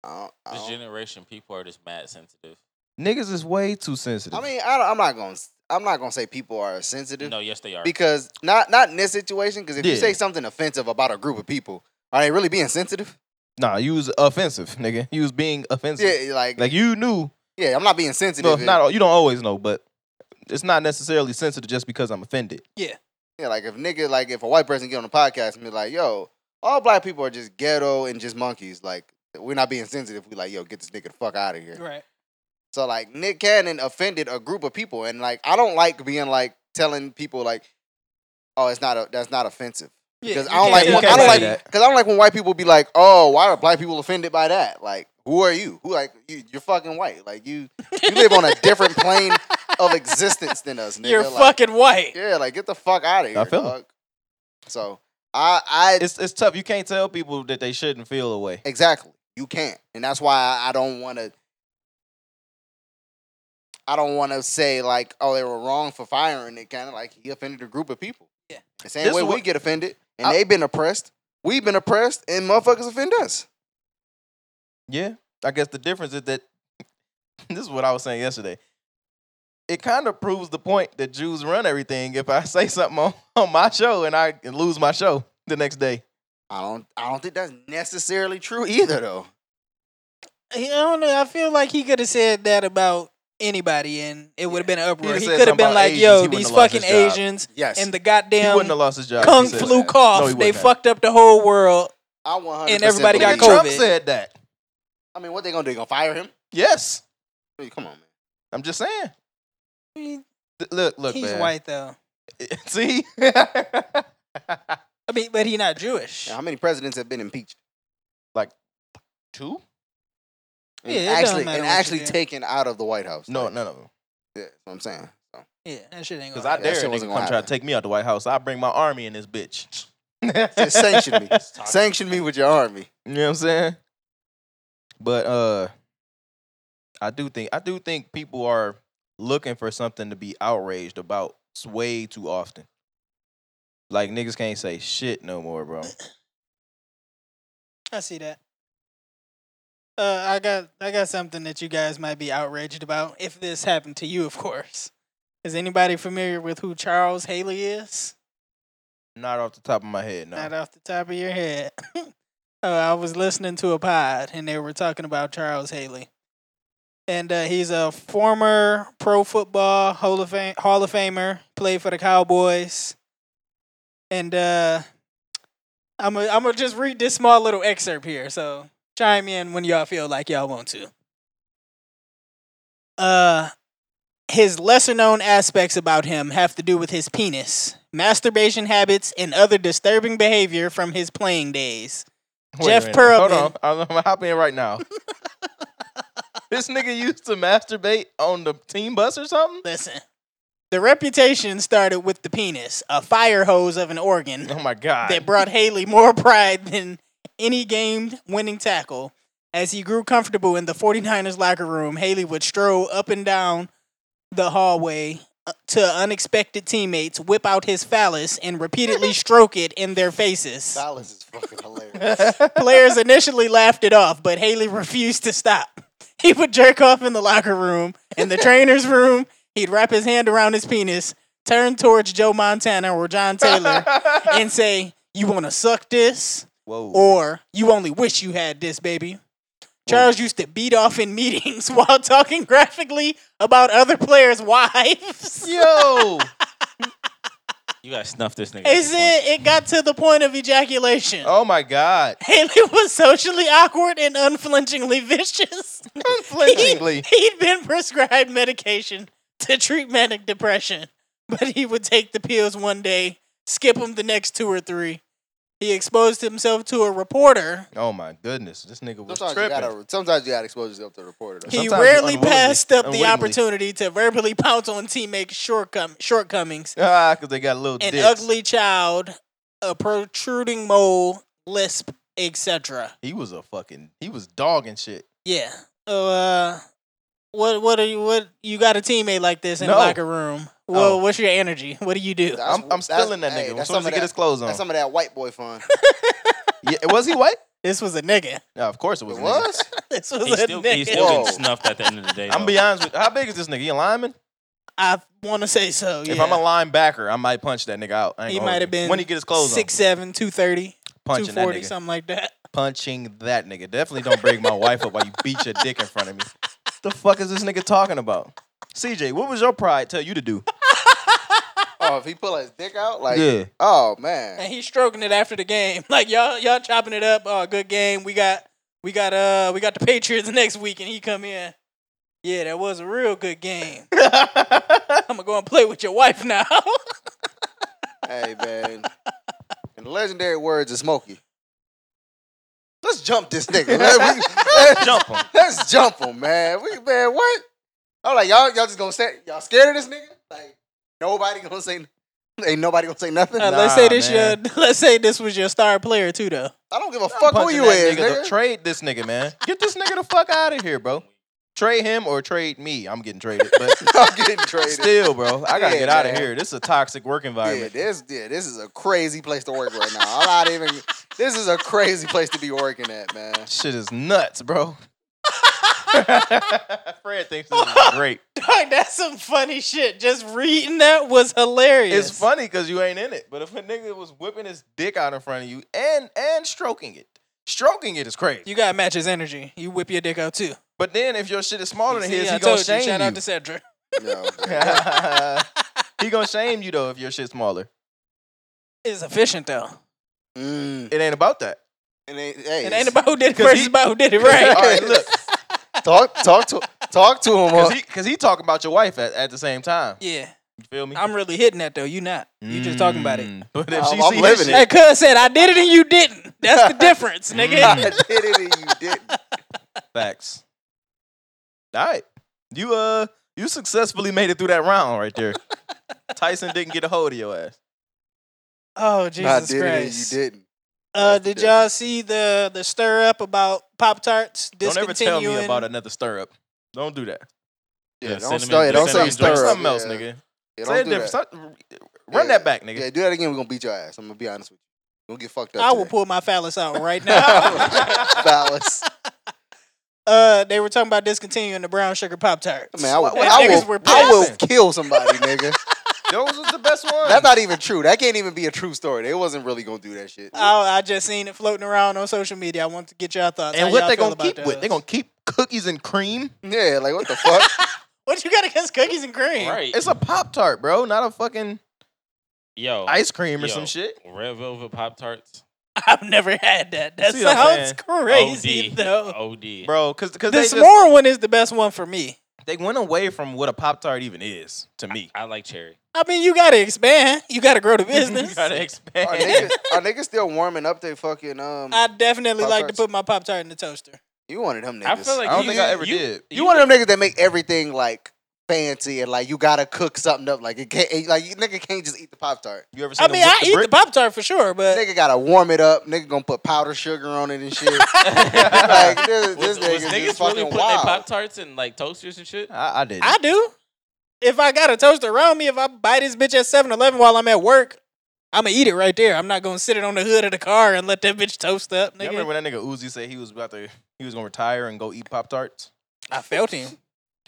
I don't, I, Oh. this don't- generation, people are just mad sensitive. Niggas is way too sensitive. I mean, I don't, I'm not gonna I'm not gonna say people are sensitive. No, yes, they are. because not not in this situation. Because if you Yeah. say something offensive about a group of people, are they really being sensitive? Nah, you was offensive, nigga. You was being offensive. Yeah, like, Like you knew. yeah, I'm not being sensitive. Well, if- not you don't always know, but it's not necessarily sensitive just because I'm offended. yeah, like if nigga, like if a white person get on the podcast and be like, "Yo, all black people are just ghetto and just monkeys," like we're not being sensitive. We like, "Yo, get this nigga the fuck out of here." Right. So like Nick Cannon offended a group of people, and like I don't like being like telling people like, "Oh, it's not a that's not offensive." Yeah, Because you I don't can't like say you when, I that. can't don't say like that. because I don't like when white people be like, oh, why are black people offended by that? Like, who are you? Who like you, you're fucking white? Like you you live on a different plane of existence than us, nigga. You're like, fucking white. yeah, like get the fuck out of here, feel it. dog. So I I It's it's tough. You can't tell people that they shouldn't feel a way. exactly you can't, and that's why I, I don't want to. I don't want to say like, oh, they were wrong for firing it. Kind of like he offended a group of people. Yeah. the same This way is we what- get offended, and I- they've been oppressed. We've been oppressed, and motherfuckers offend us. Yeah. I guess the difference is that this is what I was saying yesterday. It kind of proves the point that Jews run everything. If I say something on, on my show and I lose my show the next day. I don't I don't think that's necessarily true either though. He- I don't know. I feel like he could have said that about anybody, and it would have been an uproar. He'd have He said could have something been about like, Asians, he "Yo, wouldn't these have lost fucking his job. Asians Yes. and the he wouldn't have goddamn lost his job. if he kung said flu that. cough. he they wouldn't have. fucked up the whole world." I 100 And everybody got Nigga, COVID. Trump said that. I mean, what they going to do? Going to fire him? Yes. I mean, come on, man. I'm just saying. He- Th- Look, look, He's man. white though. See? I mean, but he's not Jewish. Now, how many presidents have been impeached? Two? And Yeah, it don't actually matter and what you actually do. taken out of the White House. No, Like, none of them. yeah, that's what I'm saying. So, Yeah, that shit ain't. Because gonna I that dare shit a nigga wasn't come gonna try to happen. take me out the White House. I bring my army in this bitch. just sanction me. Sanction me with your army. You know what I'm saying? But uh I do think I do think people are looking for something to be outraged about way too often. Like niggas can't say shit no more, bro. I see that. Uh, I got I got something that you guys might be outraged about if this happened to you, of course. Is anybody familiar with who Charles Haley is? Not off the top of my head, no. Not off the top of your head. uh, I was listening to a pod and they were talking about Charles Haley, and uh, he's a former pro football Hall of Fame Hall of Famer. Played for the Cowboys, and uh, I'm gonna I'm gonna just read this small little excerpt here. So chime in when y'all feel like y'all want to. Uh, his lesser known aspects about him have to do with his penis, masturbation habits, and other disturbing behavior from his playing days. Wait a Jeff minute. Pearlman. Hold on, I'm, I'm gonna hop in right now. this nigga used to masturbate on the team bus or something. Listen, the reputation started with the penis, a fire hose of an organ Oh my god. that brought Haley more pride than any game winning tackle. As he grew comfortable in the 49ers locker room, Haley would stroll up and down the hallway uh, to unexpected teammates, whip out his phallus, and repeatedly stroke it in their faces. Silence is fucking hilarious. Players initially laughed it off, but Haley refused to stop. He would jerk off in the locker room, in the trainer's room. He'd wrap his hand around his penis, turn towards Joe Montana or John Taylor, and say, You want to suck this? Whoa. Or you only wish you had this, baby. Charles used to beat off in meetings while talking graphically about other players' wives. Yo. You gotta snuff this nigga. at Is this point. it? It got to the point of ejaculation. Oh my god. Haley was socially awkward and unflinchingly vicious. Unflinchingly. He, had been prescribed medication to treat manic depression, but he would take the pills one day, skip them the next two or three. He exposed himself to a reporter. Oh my goodness. This nigga was Sometimes you tripping. gotta sometimes you gotta expose yourself to the reporter. though. He Sometimes rarely unwittingly- passed up the unwittingly. opportunity to verbally pounce on teammates' shortcom- shortcomings. Ah, cause they got little An dicks. ugly child, a protruding mole, lisp, etc. He was a fucking. He was dogging shit. Yeah. So, uh, what what are you what you got a teammate like this in No. the locker room? Well, Oh. what's your energy? What do you do? That's- I'm, I'm stealing that that's- nigga. hey, as that's soon some as he of get that- his clothes on. That's some of that white boy fun. Yeah, was he white? This was a nigga. No, of course it was. It a nigga. was? This was He's a still, nigga. he's still getting Whoa. snuffed at the end of the day. I'm though. be honest with you. How big is this nigga? He a lineman? I want to say so. Yeah. If I'm a linebacker, I might punch that nigga out. I ain't he gonna hold might have you. been when he get his clothes 6'7", 230, on, punching that 240, nigga, something like that. punching that nigga. Definitely don't bring my wife up while you beat your dick in front of me. The fuck is this nigga talking about? CJ, what was your pride tell you to do? Oh, if he pull his dick out, like Yeah. oh man. And he's stroking it after the game. Like y'all y'all chopping it up. Oh, good game. We got we got uh we got the Patriots next week and he come in. Yeah, that was a real good game. I'm gonna go and play with your wife now. Uh, hey man. In the legendary words of Smokey. Let's jump this nigga. Let- we- let's, Jump him. let's jump him, man. We man, what? I'm like, y'all, y'all just gonna say y'all scared of this nigga? Like nobody gonna say ain't nobody gonna say nothing. Uh, let's Nah, say this man. your let's say this was your star player too though. I don't give a fuck who Punching you that is, nigga. nigga. The- Trade this nigga, man. Get this nigga the fuck out of here, bro. Trade him or trade me. I'm getting traded, but I'm getting traded. still, bro, I gotta Yeah, get out of man. here. This is a toxic work yeah, environment. this, yeah, this is a crazy place to work right now. I'm not even. This is a crazy place to be working at, man. Shit is nuts, bro. Fred thinks this is great. Dog, that's some funny shit. Just reading that was hilarious. It's funny because you ain't in it. But if a nigga was whipping his dick out in front of you and and stroking it, stroking it is crazy. You gotta match his energy. You whip your dick out too. but then if your shit is smaller than See, his, I he gonna told you. Shout shame out you. to Cedric. No, he gonna shame you though if your shit's smaller. It's efficient though. mm, It ain't about that. it ain't. Hey, It it's- ain't about who did it 'Cause versus he- about who did it All right. right, look, talk, talk to, talk to him. because Huh? he, 'cause he talking about your wife at, at the same time. yeah. You feel me? I'm really hitting that though. You not. You just talking about it. Mm, But if I'm- she I'm see his living shit, it. Hey, cuz said I did it and you didn't. That's the difference, I nigga. did it and you didn't. Facts. All right. You uh you successfully made it through that round right there. Tyson didn't get a hold of your ass. Oh I Jesus did Christ. it and you didn't. Uh That's did the y'all see the the stir up about Pop Tarts Don't ever tell discontinuing? me about another stir up. Don't do that. Yeah, Yeah, don't cinnamon- start. cinnamon Don't say Say joints. stir something up. else, yeah. nigga. Yeah, Say a don't do different. that. stop- Run Yeah. that back, nigga. Yeah, do that again. We're gonna beat your ass. I'm gonna be honest with you. We'll get fucked up. I will today. pull my phallus out right now. Phallus. uh, they were talking about discontinuing the brown sugar pop tarts. Man, I will, What- what I niggas will, were I will pissing. kill somebody, nigga. Those was the best one. That's not even true. That can't even be a true story. They wasn't really gonna do that shit. I, I just seen it floating around on social media. I want to get your thoughts. and How what y'all they feel gonna about keep with? those. They gonna keep cookies and cream. Yeah, like what the fuck? what you got against cookies and cream? Right. It's a pop tart, bro. Not a fucking Yo. ice cream or Yo. some shit. Red velvet pop tarts. I've never had that. That See what I'm sounds crazy OD. though. OD. Bro, cause, cause The they, just, s'more one is the best one for me. they went away from what a Pop Tart even is to me. I like cherry. I mean, you gotta expand. You gotta grow the you business. gotta expand. Are niggas, are niggas still warming up their fucking um? I definitely like to Pop-Tarts. put my pop tart in the toaster. you wanted them niggas. I feel like I don't you, think I ever you- did. you, one of them niggas that make everything like fancy and like you gotta cook something up. Like it can't like you nigga can't just eat the pop tart. You ever seen I mean, them I with the eat the brick? pop tart for sure, but Nigga gotta warm it up. Nigga gonna put powdered sugar on it and shit. like this, Was, was this nigga's niggas just really fucking putting their wild. pop tarts in like toasters and shit? I, I did. I do. If I got a toaster around me, if I buy this bitch at 7 Eleven while I'm at work, I'm gonna eat it right there. I'm not gonna sit it on the hood of the car and let that bitch toast up, Y'all nigga. remember when that nigga Uzi said he was about to he was gonna retire and go eat Pop Tarts? I felt him.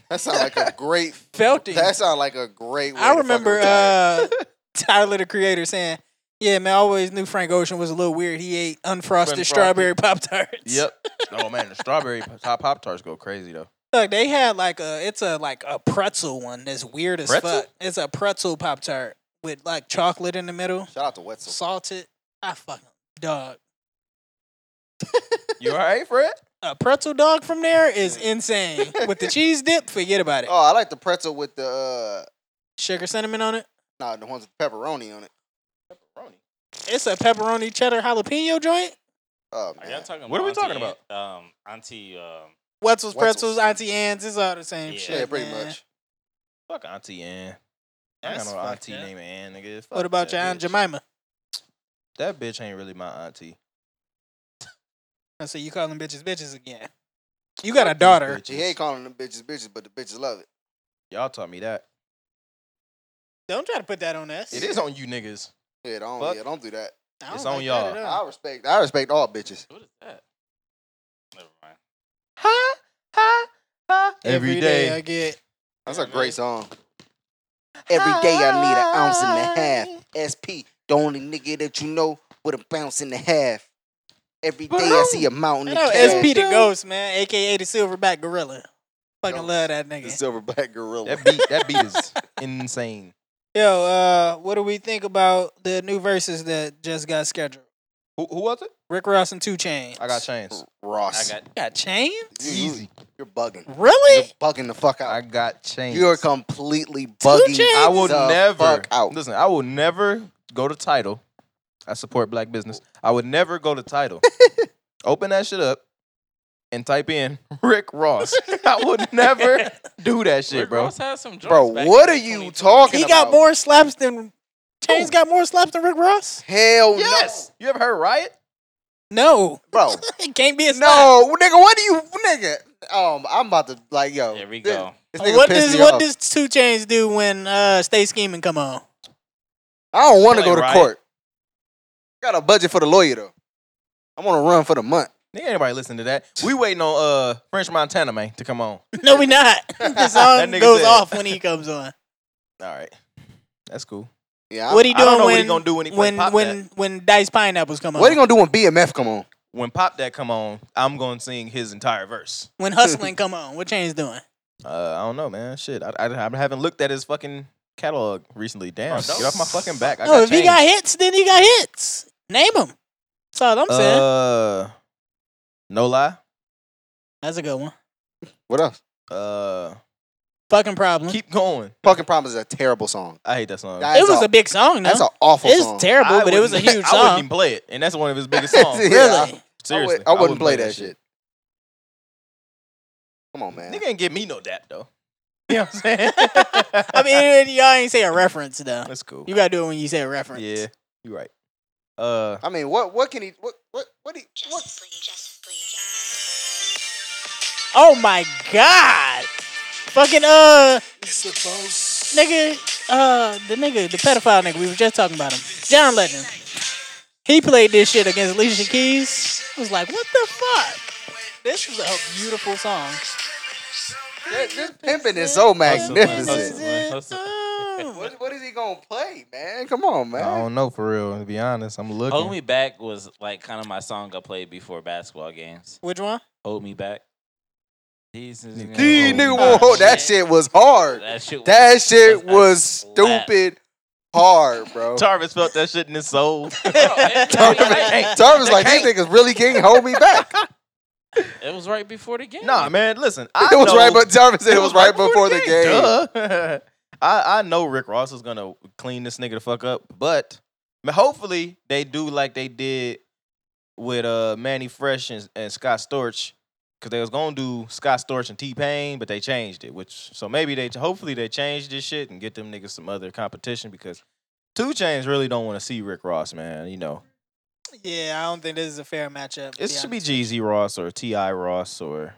That sound like a great. Felt him. that sound like a great. Way to I fucking remember retire. uh, Tyler the Creator saying, "Yeah, man, I always knew Frank Ocean was a little weird. He ate unfrosted Unfrosted. strawberry pop tarts. oh man, the strawberry top Pop Tarts go crazy though. Look, they had like a it's a like a pretzel one that's weird as Pretzel? fuck. It's a pretzel pop tart with like chocolate in the middle, Shout out to Wetzel. salted. I fucking dog. You all right, Fred? A pretzel dog from there is insane. with the cheese dip, forget about it. Oh, I like the pretzel with the uh, Sugar cinnamon on it. nah, the ones with pepperoni on it. It's a pepperoni cheddar jalapeno joint. Oh Are y'all man, talking What are we about talking Auntie Ann- Um, Auntie. Um, Wetzel's. Wetzel's pretzels, Auntie Anne's, it's all the same Yeah. shit. yeah, pretty man. much. Fuck Auntie Ann. I That's got no fucked auntie up. named Ann, nigga. Fuck What about that your Aunt bitch. Jemima? That bitch ain't really my auntie. I see you calling bitches bitches again. You got a These daughter. bitches. She hate calling them bitches bitches, but the bitches love it. Y'all taught me that. Don't try to put that on us. It is on you niggas. Yeah, don't Fuck. yeah, don't do that. I don't It's on like that y'all. at all. I respect I respect all bitches. what is that? Never mind. Ha ha ha. Every day I get. That's Yeah, a great man. song. Every day I need an ounce and a half. SP, the only nigga that you know with a bounce and a half. Every day I see a mountain. I of know cash. SP the Ghost, man, aka the Silverback Gorilla. Fucking Yo. love that nigga. the silverback gorilla. That beat, that beat is insane. Yo, uh, what do we think about the new verses that just got scheduled? Who, who was it? Rick Ross and Two Chains. I got chains. I Ross, got. got chains. You- you- You're bugging. You're Really? bugging the fuck I out. got chains. You're completely bugging. chains? I will the never fuck out. listen. I will never go to title. I support black business. I would never go to title. Open that shit up and type in Rick Ross. I would never do that shit, Rick bro. Ross had some Bro, joints back what in are the you 2020s. talking He got about? more slaps than Chains got more slaps than Rick Ross? Hell Yes. You ever heard Riot? No, no, bro. it can't be a slap. No, nigga, what do you, nigga? Um, I'm about to like, yo. There we this- go. This, nigga what pissed does me what off. does Two Chains do when uh Stay Scheming come on? I don't want to Play go to Riot. court. Got a budget for the lawyer though. I'm on a run for the month. Nigga, anybody listen to that? We waiting on uh French Montana man to come on. No, we not. The That song nigga goes said- off when he comes on. All right, that's cool. Yeah. I'm- What he I don't doing know when what he gonna do when he play when Pop when, when Dice Pineapples come on? what he gonna do when BMF come on? When Pop That come on, I'm gonna sing his entire verse. when Hustling come on? What Chains doing? Uh, I don't know, man. Shit, I, I, I haven't looked at his fucking catalog recently. Damn, Bro, don't- get off my fucking back. I No, got if he chains. got hits, then he got hits. Name him. That's all I'm saying. Uh, no lie. That's a good one. What else? Uh, Fucking problem. keep going. Fucking Problem is a terrible song. I hate that song. That's it was a, a, big song, though. that's an awful it's song. terrible, I but it was a wouldn't- huge I wouldn't even song. play it, and that's one of his biggest songs. Yeah, Really? I- I, Seriously, would, I, wouldn't play, that shit. Come on, man. Nigga ain't give me no dap though. You know what I'm saying? I mean, y'all ain't say a reference though. that's cool. You gotta do it when you say a reference. Yeah, you right. Uh, I mean, what what can he what what what he what Oh my god. Fucking uh nigga uh, the nigga, the pedophile nigga, we were just talking about him. John Legend. He played this shit against Alicia Keys. I was like, what the fuck? This is a beautiful song. This, this pimping is so Hustle, magnificent. man, hustle. What, what is he gonna play, man? Come on, man. I don't know for real. To be honest, I'm looking. Hold Me Back was like kind of my song I played before basketball games. Which one? Hold Me Back. These is gonna Gee, hold me nigga, back. whoa, whoa, that Shit. shit was hard. That shit. That shit a was slap. stupid hard, bro. Tarvis felt that shit in his soul. Bro, it- Tarvis Tarvis like, these niggas really can't hold me back. It was right before the game. nah, man. Listen, I It was know- right, but Tarvis said it was right before the game. Duh. I I know Rick Ross is gonna clean this nigga the fuck up, but I mean, hopefully they do like they did with uh Manny Fresh and, and Scott Storch, because they was gonna do Scott Storch and T Pain, but they changed it. Which so maybe they hopefully they change this shit and get them niggas some other competition because Two Chains really don't want to see Rick Ross, man. You know Yeah, I don't think this is a fair matchup. to it should be Jeezy Ross or Ti Ross or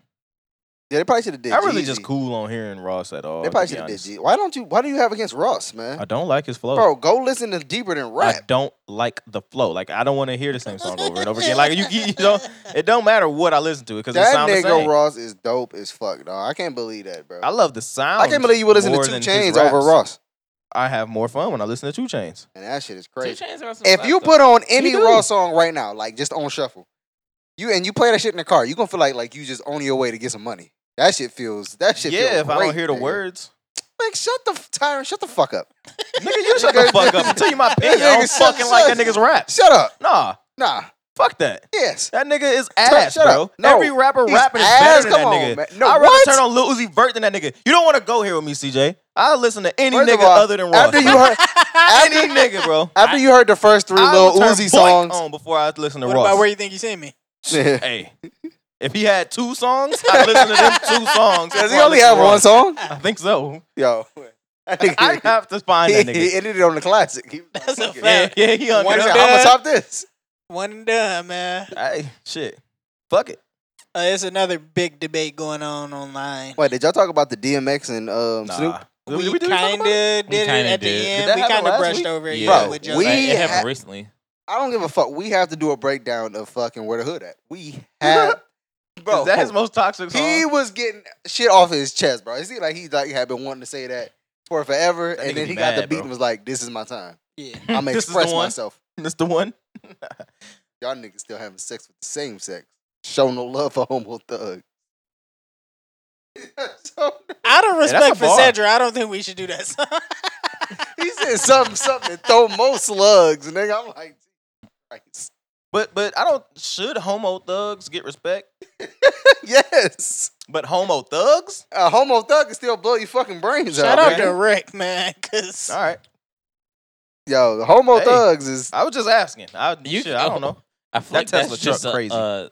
Yeah, they probably should have did. I really Jeezy. just cool on hearing Ross at all. They to probably be should have did. honest. Jeezy. Why don't you? Why do you have against Russ, man? I don't like his flow. Bro, go listen to deeper than rap. I don't like the flow. Like I don't want to hear the same song over and over again. Like you, you know, it don't matter what I listen to it because it That sounds the nigga same. Ross is dope as fuck, dog. I can't believe that, bro. I I, love the sound. can't believe you would listen to more Two than his Chains raps. over Ross. I have more fun when I listen to Two Chains. And that shit is Two crazy. Chainz got some If slaps, you though. put on any do. Ross song right now, like just on shuffle, you and you play that shit in the car, you gonna feel like like you just on your way to get some money. That shit feels. That shit. yeah, feels if I don't great, hear the man. words, like shut the f- Tyron, shut the fuck up. nigga, you shut the fuck up. I'm telling you my opinion. I Nigga, don't shut- fucking like shut- that nigga's raps. Shut up. Nah, Nah. fuck that. Yes. That nigga is ass, shut bro. up. No. Every rapper He's rapping is ass. better than Come on, that man. nigga. No, I'd rather what? turn on Lil Uzi Vert than that nigga. You don't want to go here with me, CJ. I'll listen to any First of nigga all, other than Ross. After you heard, any after, nigga, bro. after you heard the first three I little would turn Uzi Boink songs, on before I listen to What Ross. about where you think you sent me? hey, if he had two songs, I'd listen to them two songs. does he before I only listen have to one Ross. song? I think so. Yo, I have to find he, that he nigga. ended it on the classic. He, That's a Yeah, fact. yeah, he hung One it shot. up. I'm gonna top this. One and done, man. Hey, shit. Fuck it. Uh, it's another big debate going on online. Wait, did y'all talk about the DMX and um, Nah. Snoop? Did we did do talk kind of about did it? We it kinda at the did. Did end. that We happen kind of last brushed week? over it. Yeah. Yeah, Bro, with we- Joe. Like, it had- happened recently. I don't give a fuck. We have to do a breakdown of fucking where the hood at. We have, bro. Is that his most toxic song? he was getting shit off his chest, bro. It seemed like he like had been wanting to say that for forever, That nigga and then be he got the mad, beat bro. and was like, "This is my time. Yeah. I'm This is the express one? myself." This the one? Y'all niggas still having sex with the same sex. Show no love for homo thug. So- Out of that's a respect for bar. Cedra, I don't think we should do that. song. he said something, something to throw most slugs, nigga. I'm like, Christ. But but I don't should homo thugs get respect? yes. But homo thugs? A homo thug can still blow your fucking brains out. Shout out man. to Rick, man, because All right. Yo, the homo Hey. thugs is I was just asking. I You- shit, I don't know. I feel That like Tesla that's just truck a, crazy. uh,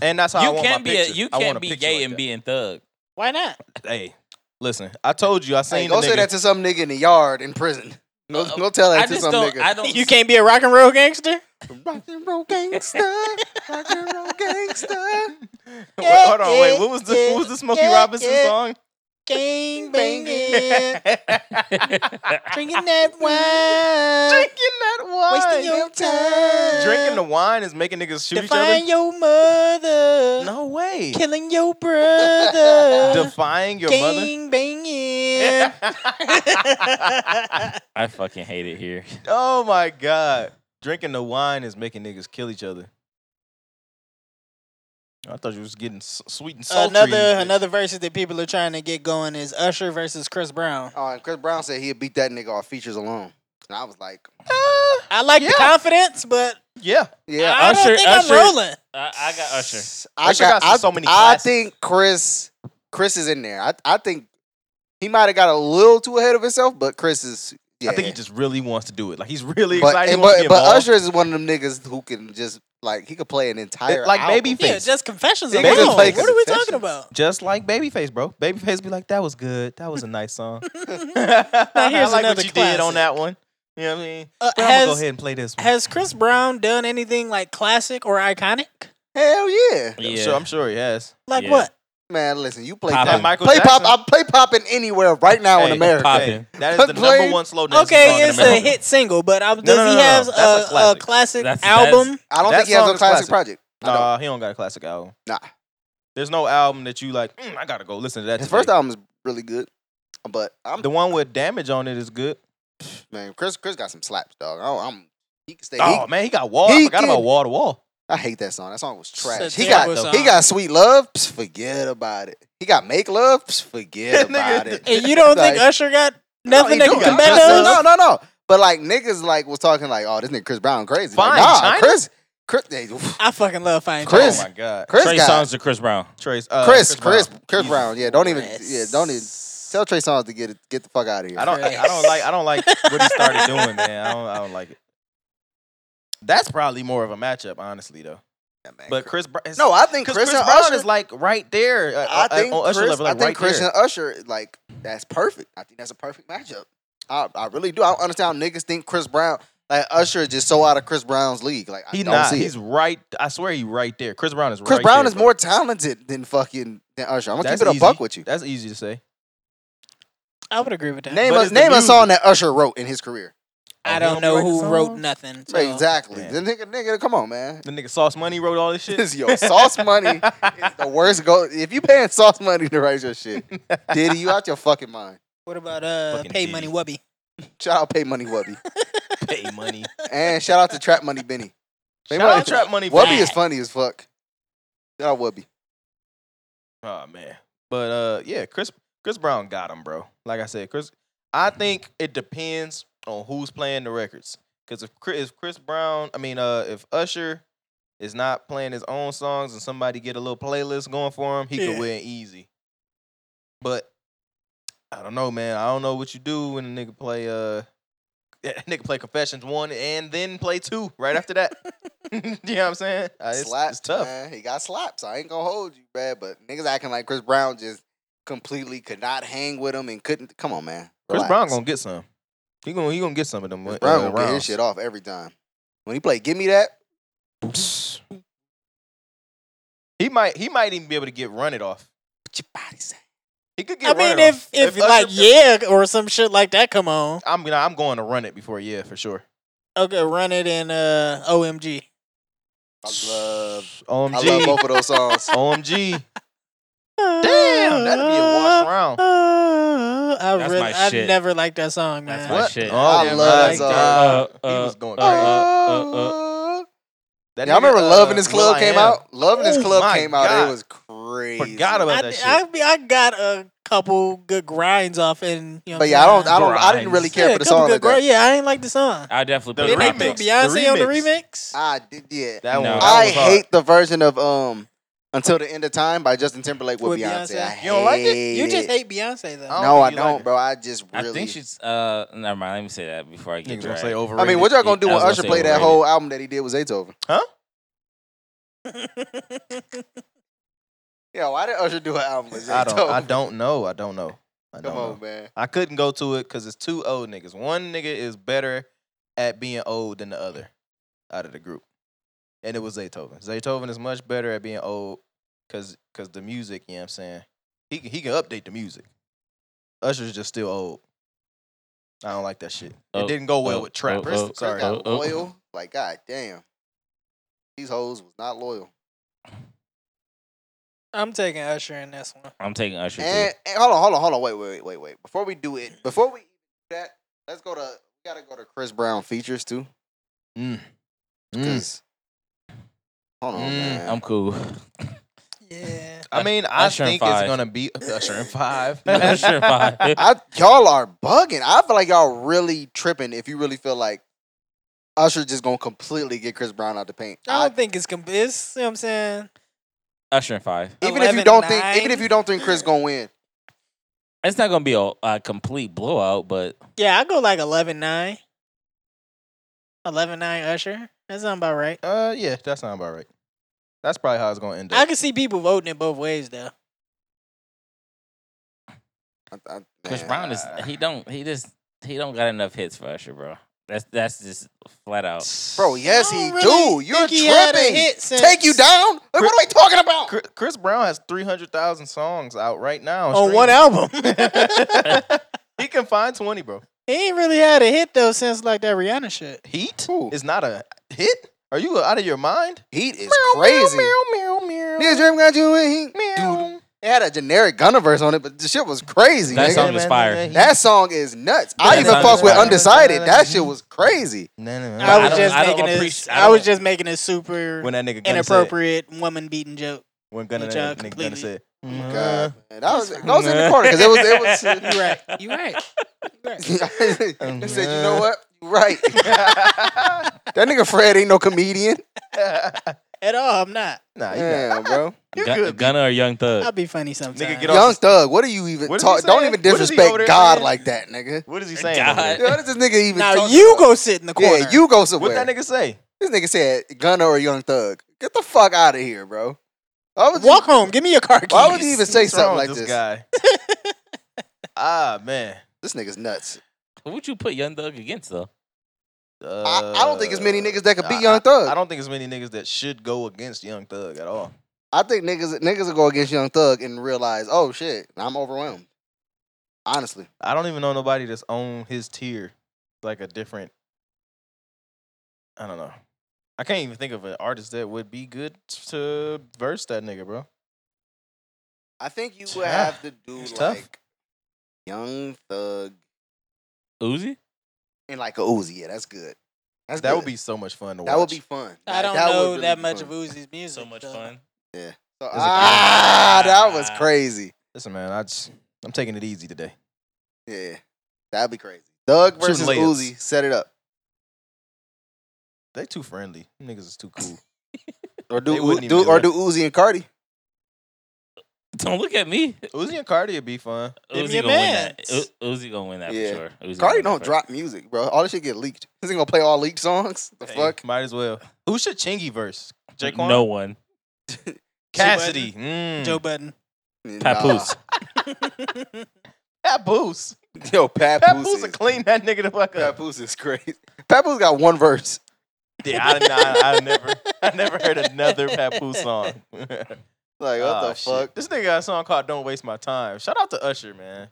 And that's how I you want can't my be a, picture. you I want can't a be picture gay like and that. being thug. why not? Hey, listen. I told you. I seen hey, go the say nigga. that to some nigga in the yard in prison. Go, Uh, go tell that I to just some don't. nigga. I don't. You can't be a rock and roll gangster. Rock and roll gangster, rock and roll gangster. Wait, hold on, wait. What was the what was the Smokey Yeah, Robinson yeah. song? Gang banging, Drinking drinking that wine, that wasting wine. your time. Drinking the wine is making niggas shoot defying each your mother, other. No way. killing your brother, Defying your mother. gang banging. I fucking hate it here. oh my god. Drinking the wine is making niggas kill each other. I thought you was getting s- sweet and sultry. another another verses that people are trying to get going is Usher versus Chris Brown. Oh, and Chris Brown said he'd beat that nigga off features alone. And I was like, Ah, I like Yeah. the confidence, but yeah. yeah, I don't Usher- think Usher- I'm rolling. I, I got Usher. I Usher got I, so many I classics. think Chris, Chris is in there. I, I think he might have got a little too ahead of himself, but Chris is. Yeah. I think he just really wants to do it. Like he's really but, excited. and- he wants to but, be but involved. Usher is one of them niggas who can just like he could play an entire like album. Yeah, Babyface. just confessions They alone. can just play What are we confessions. talking about? Just like Babyface, bro. Babyface be like, that was good. That was a nice song. here's I like another what you did on classic. that one. You know what I mean? Uh, But I'm gonna go has ahead and play this one. has Chris Brown done anything like classic or iconic? Hell yeah. I'm, sure, I'm sure he has. Like Yeah. what? Man, listen, you play Poppin'. pop. That Michael Play Jackson. pop. I play popping anywhere right now in Hey, America. pop. Hey, that is the Play- number one slow dance song Okay, it's in a America. hit single, but uh, does no, no, he no, have that's a, a a classic. classic That's- that's- album? I don't That think he has song a is classic classic. project. I don't. Nah, he don't got a classic album. Nah. There's no album that you like. Mm, I gotta go listen to that. His today." first album is really good, but I'm the one with damage on it is good. man. Chris, Chris got some slaps, dog. I don't, I'm. He can stay. Oh he, man, he got wall. he I forgot can- about wall to wall. I hate that song. That song was trash. It's a He got terrible he song. got sweet love. Psh, forget about it. He got make love. Psh, forget Nigga, about it. And you don't think Like- Usher got No, nothing he that do can got compare Chris- to No, us? no, no. But like niggas like was talking like, oh, this nigga Chris Brown crazy. Fine, like, nah, China? Chris, Chris, they- Chris, I fucking love Fine Chris- Oh my god. Trey got songs to Chris Brown. Trace. Uh, Chris, Chris, Brown. Chris Jesus. Brown. Yeah, don't even. Chris. Yeah, don't even. Tell Trey Songz to get it, get the fuck out of here. I don't. I, I don't like. I don't like what he started doing, man. I don't. I don't like it. That's probably more of a matchup, honestly, though. Yeah, man. But Chris, Br- it's- no, I think 'cause Chris, and Brown Usher is like right there. uh, I uh, think on Usher Chris, level, like I think right Chris there. and Usher like that's perfect. I think that's a perfect matchup. I, I really do. I don't understand how niggas think Chris Brown like Usher is just so out of Chris Brown's league. Like I He don't not. see it. He's right. I swear, he right there. Chris Brown is. Chris right Brown there, is bro. more talented than fucking than Usher. I'm gonna That's keep it easy. a buck with you. That's easy to say. I would agree with that. Name But a, it's the name a music. song that Usher wrote in his career. I Oh, don't he don't know write who songs? wrote nothing. So. exactly. Yeah. The nigga, nigga, come on, man. The nigga Sauce Money wrote all this shit. This yo sauce money is the worst. Go if you paying sauce money to write your shit, Diddy, you out your fucking mind. What about uh, Fucking Pay Diddy. Money Wubby? Shout out Pay Money Wubby Pay money. and shout out to Trap Money Benny. Pay Shout Money- out Trap Money. for Wubby that. is funny as fuck. Shout out Wubby. Oh man. But uh yeah, Chris Chris Brown got him, bro. Like I said, Chris I think it depends on who's playing the records. Cuz if Chris, if Chris Brown, I mean uh if Usher is not playing his own songs and somebody get a little playlist going for him, he Yeah. could win easy. But I don't know, man. I don't know what you do when a nigga play uh nigga play Confessions 1 and then play 2 right after that. you know what I'm saying? Uh, it's, slaps, it's tough. Man. He got slaps. I ain't gonna hold you, man. But niggas acting like Chris Brown just completely could not hang with him and couldn't. Come on, man. Chris Relax. Brown gonna get some. He gonna he gonna get some of them. Chris uh, Brown gonna get his rounds. shit off every time. When he play, give me that. He might he might even be able to get run it off. What your body say? He could I get. run mean, it if off. if Usher- like yeah or some shit like that come on, I'm gonna I'm going to run it before yeah for sure. okay, run it in uh, OMG. I love. I love OMG both of those songs. OMG. Damn, that'd be a wash round. Uh, I That's really, my I shit. never liked that song, man. That's my What? shit. Oh, I yeah, love that right song. there. Uh, he uh, was going uh, crazy. Uh, That yeah, I nigga, remember uh, Love in This Will Club I came Am. out. Love in This Oh Club my came out. God. It was crazy. Forgot about I, that di- shit. I, be- I got a couple good grinds off, and you But know what yeah, I I'm don't. saying? I don't. I didn't really Grinds. care yeah, for the couple song. good Like grind- that. Yeah, I ain't like the song. I definitely The put Didn't it they out remix. there. do The Beyonce on the remix. remix? I did. Yeah. that No. one. That I was hard. hate the version of um Until the End of Time by Justin Timberlake with, With Beyonce. Beyonce? I hate You don't like it? you just it. hate Beyonce no, though. I don't I think you like don't, it. bro. I just really. I think she's. Uh, never mind. Let me say that before I get Niggas gonna dragged. say oh. I overrated. mean, what y'all gonna I do when was gonna Usher say played that overrated. whole album that he did with Beethoven? Yeah, why did Usher do an album with I Beethoven? don't. I don't know. I don't know. I don't Come know. on, man. I couldn't go to it because it's two old niggas. One nigga is better at being old than the other out of the group. And it was Zaytoven. Zaytoven is much better at being old because cause the music, you know what I'm saying? He can, he can update the music. Usher's just still old. I don't like that shit. Oh, it didn't go well oh, with Trap. oh, Chris- oh, sorry. Chris got oh, oh. loyal. Like, god damn. These hoes was not loyal. I'm taking Usher in this one. I'm taking Usher too. And, and hold on, hold on, hold on. Wait, wait, wait, wait. Before we do Mm. it, before we do that, let's go to. We gotta go to Chris Brown features too. Mm. Mm. 'cause- Hold on, Mm, man. I'm cool. Yeah. I mean, I mm. Usher in think five. it's going to be Usher in five. Usher five. I y'all are bugging. I feel like y'all really tripping if you really feel like Usher just gonna completely get Chris Brown out the paint. I I, don't think it's comp- it's you know what I'm saying. Usher in five. even if you 11-9. don't think even if you don't think Chris gonna win, It's not gonna be a, a complete blowout, but Yeah, I go like 11-9. 11-9 Usher. That sounds about right. uh, yeah, that sounds about right. That's probably how it's going to end up. I can see people voting it both ways though. I, I, Chris man, Brown is I- he don't he just he don't got enough hits for Usher, bro. That's that's just flat out. Bro, yes, I he don't do. really You're think he had a tripping. hit Take you since- down? Like, what are we talking about? Chris- Chris Brown has three hundred thousand songs out right now. on one streaming. album. he can find twenty, bro. he ain't really had a hit though since like that Rihanna shit. Heat Who? is not a hit. Are you out of your mind? Heat is crazy. Meow, meow, Niggas meow, meow, dream got you in heat. meow. It had a generic Gunna verse on it, but the shit was crazy. That nigga. song is fire. that song is nuts. I That even song fucked is with fire. Undecided. That shit was crazy. No, no, no. I I was don't- just I don't making appreciate- this. I I was don't- just making a super when that nigga Gunna said, inappropriate woman beating joke. when Gunna, Which I that nigga Gunna completely- said, God, man, that was go sit in the corner because it was it was. You right. You right. You right. they said, you know what? You right. that nigga Fred ain't no comedian. At all, I'm not. nah, you Damn, bro. You Gun- could be. Gunna or Young I'll Thug? be funny sometimes. get off- Young Thug, what are you even What is he talk? Don't saying? even What is he over disrespect there God saying? like that, nigga. What is he saying? God. over Yeah, there? what is this nigga even? Now talking you about? go sit in the corner. Yeah, you go somewhere. What that nigga say? This nigga said Gunna or Young Thug. Get the fuck out of here, bro. Why would you- walk home. Give me your car keys. Why would you even say What's wrong something with like this? guy. ah man, This nigga's nuts. Who would you put Young Thug against though? I, I don't think it's many Uh, niggas that could beat I- Young Thug. I I, don't think it's many niggas that should go against Young Thug at all. think niggas niggas will go against Young Thug and realize, oh shit, I'm overwhelmed. Honestly, I don't even know nobody that's on his tier, like a different. I don't know. I can't even think of an artist that would be good to verse that nigga, bro. I think you It's would tough. have to do It's like tough. Young Thug Uzi? and like a Uzi. Yeah, that's good. That's That good. would be so much fun to watch. that would be fun. I Like, don't would know really that be much fun. of Uzi's music. So much though. fun. So- That's a- ah, that was crazy. Listen, man, I just I'm taking it easy today. Yeah, that'd be crazy. Thug Shooting versus layups. Uzi. Set it up. They too friendly. Them Niggas is too cool. Or do, They wouldn't U- even do- do or that. do Uzi and Cardi. Don't look at me. Uzi and Cardi would be fun. Give me Uzi your gonna win that. meds. U- Uzi gonna win that Yeah. for sure. Uzi gonna win Cardi that don't for- drop music, bro. All this shit get leaked. This ain't gonna play all leaked songs. The Hey, fuck? Might as well. Who should Chingy verse? Jaquan? No one. Cassidy. Mm. Joe Budden. Papoose. Papoose. Nah. Yo, Papoose. Papoose Is, will clean that nigga the fuck up. Papoose is crazy. Papoose got one verse. Yeah, I, I, I never, I never heard another Papoose song. like Like, what Ah, the fuck? This nigga got a song called "Don't Waste My Time." Shout out to Usher, man.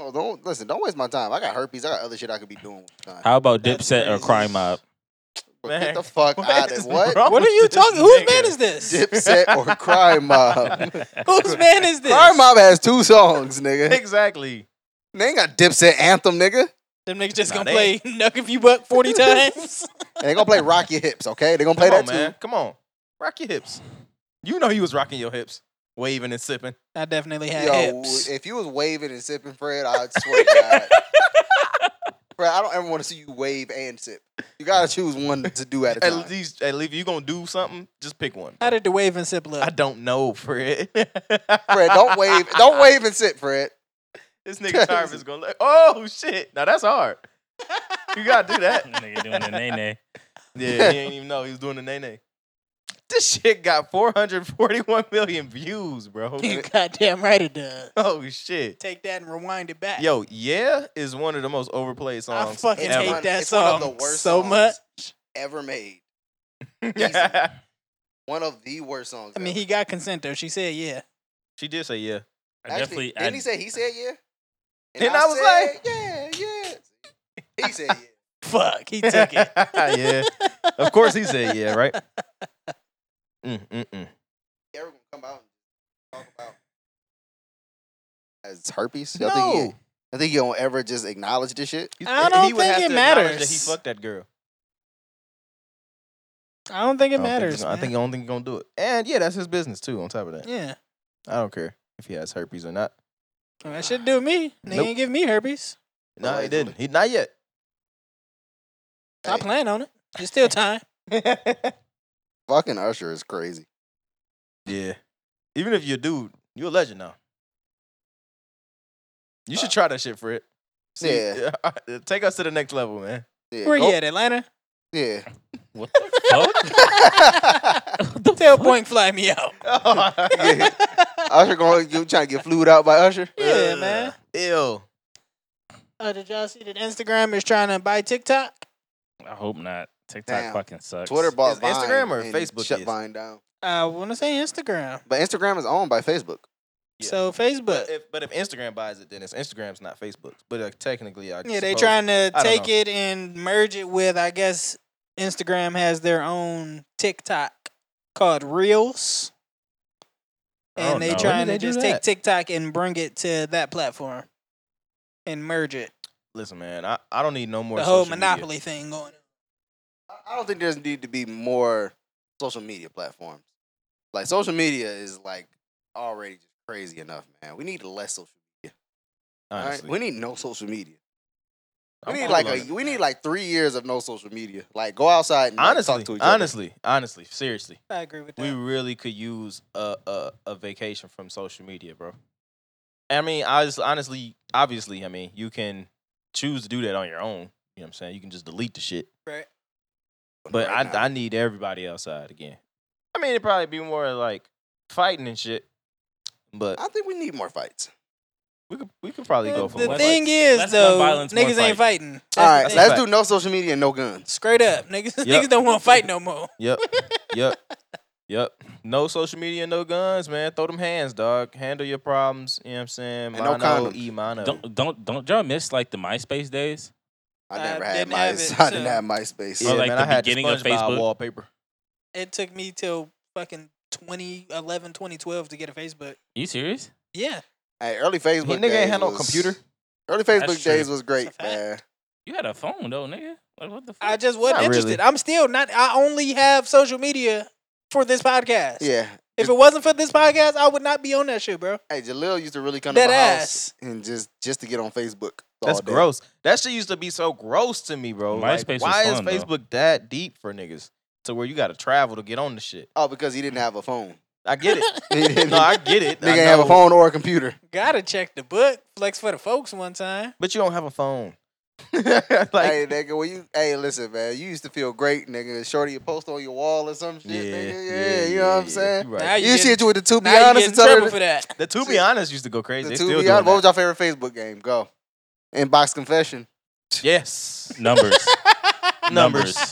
Oh, don't listen. Don't waste my time. I got herpes. I got other shit I could be doing. With time. How about That's Dipset or crazy. Crime Mob? Bro, Get man, the fuck out is of what? wrong What are with you this talking? Whose nigga? man is this? Dipset or Crime Mob? Whose man is this? Crime Mob has two songs, nigga. Exactly. They ain't got Dipset anthem, nigga. Them niggas just Nah, gonna they play Nuck If You Buck 40 times. And they gonna play Rock Your Hips, okay? They gonna play Come on, that man. too. Come on, rock your hips. You know he was rocking your hips, waving and sipping. I definitely had Yo, hips. if you was waving and sipping, Fred, I swear to God. Fred, I don't ever want to see you wave and sip. You gotta choose one to do at a At time. least, at least, if you gonna do something, just pick one. How did the wave and sip I look? don't know, Fred. Fred, don't wave, don't wave and sip, Fred. This nigga Tarvis is gonna. Like, oh shit! Now that's hard. You gotta do that. Nigga doing the nay nay. Yeah, he ain't even know he was doing the nay nay. This shit got 441 million views, bro. You goddamn right it does. oh shit. Take that and rewind it back. Yo, yeah is one of the most overplayed songs. I fucking It's ever. one- hate that it's one of song the worst so songs. much. Ever made that. one of the worst songs. I mean, ever. he got consent though. She said, "Yeah." she did say yeah. I actually definitely. I, didn't he say he said yeah? And I was like- yeah, yeah. He said yeah. Fuck, he took it. yeah. Of course he said yeah, right? Mm, mm, mm. Yeah, we're gonna come out and talk about as herpes. I think he, No. I think you don't ever just acknowledge this shit. He- I don't he would think have it to acknowledge That he matters. fucked that girl. I don't think I it don't think he's matters. gonna- I think I don't think he's gonna do it. And yeah, that's his business too. On top of that, man. yeah, I don't care if he has herpes or not. I mean, that should do me. Nigga Nope. ain't give me herpes. No, Alright, he didn't. He not yet. I Hey. plan on it. There's still time. Fucking Usher is crazy. Yeah. Even if you're a dude, you're a legend now. You should try that shit, Fred. See, Yeah. uh, take us to the next level, man. Yeah, Where go- you at, Atlanta? Yeah. what the fuck? Tell Point fly me out. Yeah. Uh. Usher going you trying to get flued out by Usher? Yeah, man. Ew. Uh, did y'all see that Instagram is trying to buy TikTok? I hope not. TikTok Damn. fucking sucks. Twitter bought Is Vine Instagram or and Facebook shut is? Vine. down. I want to say Instagram. But Instagram is owned by Facebook. Yeah. So Facebook. But if, but if Instagram buys it, then it's Instagram's not Facebook's. But uh, technically, I Yeah, they suppose- trying to I don't take know. it and merge it with. I guess Instagram has their own TikTok called Reels, Oh, and they no. When trying did to they do just take that? TikTok and bring it to that platform and merge it. Listen, man, I, I don't need no more. the whole social media. monopoly thing going. on. I- I don't think there's need to be more social media platforms. Like social media is like already just crazy enough, man. We need less social. all right? Honestly, We need no social media. I'm We need cool like on a it. we need like three years of no social media. Like go outside and like, honestly, talk to each other. honestly, honestly, seriously, I agree with that. we really could use a, a a vacation from social media, bro. I mean, I just honestly, obviously, I mean, you can choose to do that on your own. You know what I'm saying? You can just delete the shit. Right. But Right now. I I need everybody outside again. I mean, it'd probably be more like fighting and shit. But I think we need more fights. we could we could probably go the for the one thing fight. is Less gun though, violence, more niggas fight. ain't fighting. That's All the right, thing. let's fact. do no social media and no guns. Straight up, niggas. Yep. Niggas don't want to fight no more. Yep. Yep. Yep. No social media, no guns, man. Throw them hands, dog. Handle your problems. You know what I'm saying? And no Mono, condoms. E mono. Don't don't don't y'all miss like the MySpace days? I I never had didn't my have it, I didn't so- have MySpace. Yeah, Or, like, man, the I had the beginning of SpongeBob Facebook. wallpaper. It took me till fucking 2011, 2012 to get a Facebook. You serious? Yeah, Hey, early Facebook. Nigga ain't had days no was- computer. Early Facebook true. days was great, That's a fact. man. You had a phone though, nigga. Like what the fuck? I just wasn't Not really. interested. I'm still not. I only have social media for this podcast. Yeah. If it wasn't for this podcast, I would not be on that shit, bro. Hey, Jalil used to really come That to my ass. house and just just to get on Facebook. That's all day. gross. That shit used to be so gross to me, bro. Like, MySpace was why fun, though. is Facebook that deep for niggas to where you got to travel to get on the shit? Oh, because he didn't have a phone. I get it. He didn't, no, I get it. I nigga ain't have a know. phone or a computer. Gotta check the book. Flex for the folks one time. but you don't have a phone. hey, like, nigga, when you hey, listen, man, you used to feel great, nigga. Shorty, you post on your wall or some shit, nigga. Yeah, you know what I'm saying. You right. Now you You get- shit you with the two be now you honest get in and tell trouble her for the, that. The two be honest used to go crazy. the They two still be doing honest. What was that. your favorite Facebook game? Go. Inbox confession. Yes. numbers, Numbers. numbers.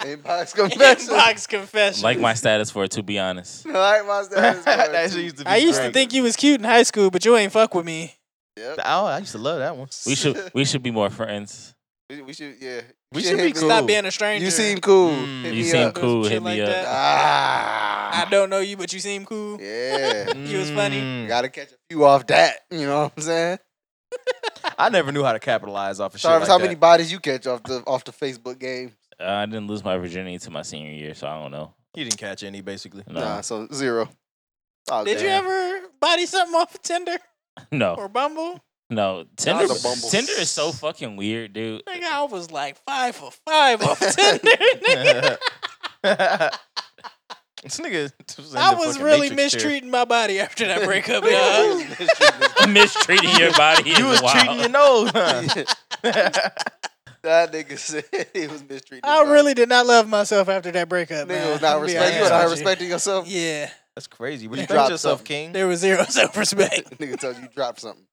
Inbox confession. Inbox confession. like my status for it. To be honest, like my status. that shit used to be I used to great. think you was cute in high school, but you ain't fuck with me. Yep. Oh, I used to love that one. we should we should be more friends. We, we should. Yeah. We Yeah, should be hit me. cool. Stop being a stranger. You seem cool. Mm. Hit You me seem up. cool, Shit hit like me up. that. I Ah. don't know you, but you seem cool. Yeah. You was funny. Mm. Gotta catch a few off that. You know what I'm saying? I never knew how to capitalize off of shit Jarvis, like how that. many bodies you catch off the off the Facebook game? Uh, I didn't lose my virginity to my senior year, so I don't know. He didn't catch any, basically. No, Nah, so zero. Oh, Did you damn. ever body something off of Tinder no, or Bumble? no. Tinder, a Bumble. Tinder is so fucking weird, dude. Nigga, I was like five for five off Tinder. nigga. this nigga. Was in I the was fucking really Matrix chair. mistreating my body after that breakup, dog. Mistreating your body. You was treating your nose. huh? that nigga said he was mistreating. I himself. really did not love myself after that breakup. man. nigga was I'm not gonna be respect. You honest was not with respecting yourself. Yeah, That's crazy. What You you dropped think yourself, King? there was zero self respect. nigga told you you dropped something.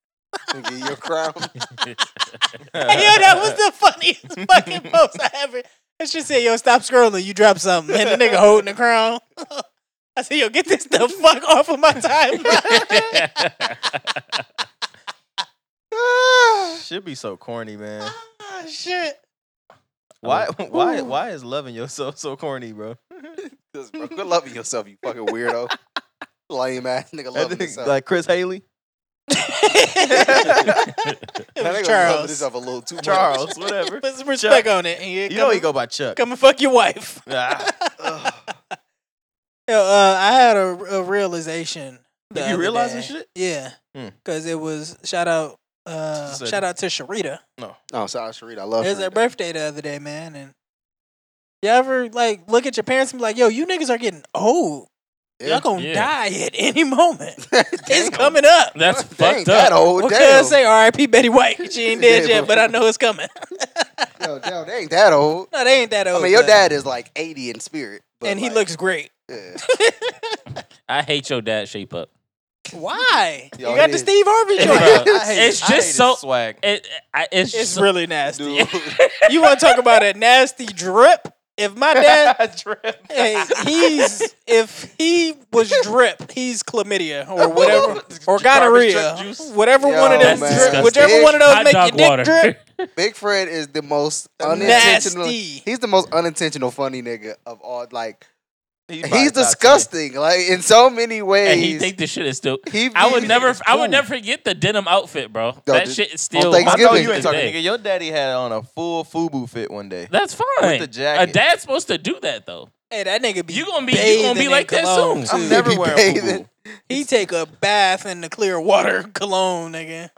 Nigga, your crown. Yo, that was the funniest fucking post I ever. That shit said, "Yo, stop scrolling. You drop something." And the nigga holding the crown. I said, "Yo, get this the fuck off of my timeline." Should be so corny, man. Ah, shit. Why? Why? Why is loving yourself so corny, bro? Just, bro, quit loving yourself, you fucking weirdo. Lame ass nigga That loving nigga- himself. like Chris Haley, it That was nigga loving Charles. himself a little too much. Charles, whatever. Put some respect on it. and You know come he go by Chuck. Come and fuck your wife. Ah, Yo, uh, I had a, a realization. the you other realize this day. shit? Yeah, Hmm. because it was shout out, uh, Said- shout out to Sharita. Oh, sorry, Sharita. I love It was her Sharita. birthday the other day, man. And you ever like look at your parents and be like, "Yo, you niggas are getting old. Yeah. Y'all gonna Yeah. die at any moment. Dang, it's coming up." That's dang, fucked that up. old. What Oh, damn. could say? R.I.P. Betty White. She ain't dead Yeah, yet, but I know it's coming. Yo, damn, they ain't that old. no, they ain't that old. Oh, I mean, your but- dad is like 80 in spirit. But and he like, looks great. Yeah. I hate your dad shape up. Why? Yo, you got it the is. Steve Harvey Bro, joke. it's I hate just his so. swag. It, I, it's It's so- really nasty. Dude. you want to talk about a nasty drip? If my dad, Drip. hey, he's if he was drip, he's chlamydia or whatever or Garbage gonorrhea, truck juice. whatever Yo, one of them, man. drip, whichever Disgusting. one of those hot make your dog dick water. drip, Big Fred is the most unintentional. nasty. He's the most unintentional funny nigga of all. Like probably he's top ten. disgusting. Like in so many ways. and he think this shit is still. he I would be- never. I Ooh. would never forget the denim outfit, bro. that dude, shit is still. I know Thanksgiving. you ain't talking, Today. nigga. Your daddy had on a full FUBU fit one day. That's fine. With the a jacket. dad's supposed to do that though. Hey, that nigga be You gonna be- you gonna bathing be in like that cologne, soon. too. I'm never He be wearing bathing. FUBU. He take a bath in the clear water cologne, nigga.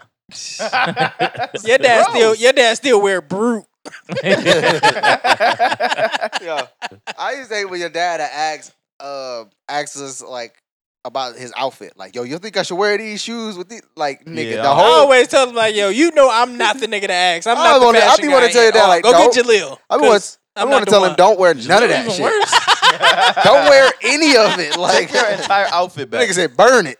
Your dad still, your dad still wear brute. Yeah. I used to hate when your dad would ask, uh, asks us like about his outfit. Like, yo, you think I should wear these shoes with these? Like, nigga, Yeah, the I I whole. always tell him like, yo, you know I'm not the nigga to ask. I'm Oh. I not the wanna- I fashion be guy. wanna tell you at that, all. like, go don't- get Jaleel. I want. I I'm want not to tell the him one. don't wear none of that Even shit. worse. Don't wear any of it. Like Take your entire outfit back. nigga said, burn it.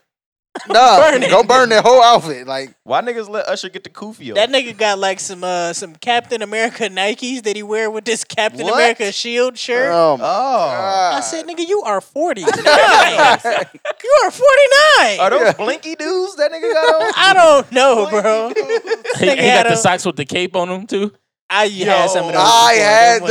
Nah, Burn it. go burn that whole outfit. Like Why niggas let Usher get the kufi on? That nigga got like some uh, some Captain America Nikes that he wear with this Captain What? Uh, America Shield shirt. Oh, my Uh, oh. God. I said, nigga, you are 49. you are 49. Are those blinky dudes that nigga got on? I don't know, bro. he, Nigga he had got the a- socks with the cape on them too. I had some of those. I before. had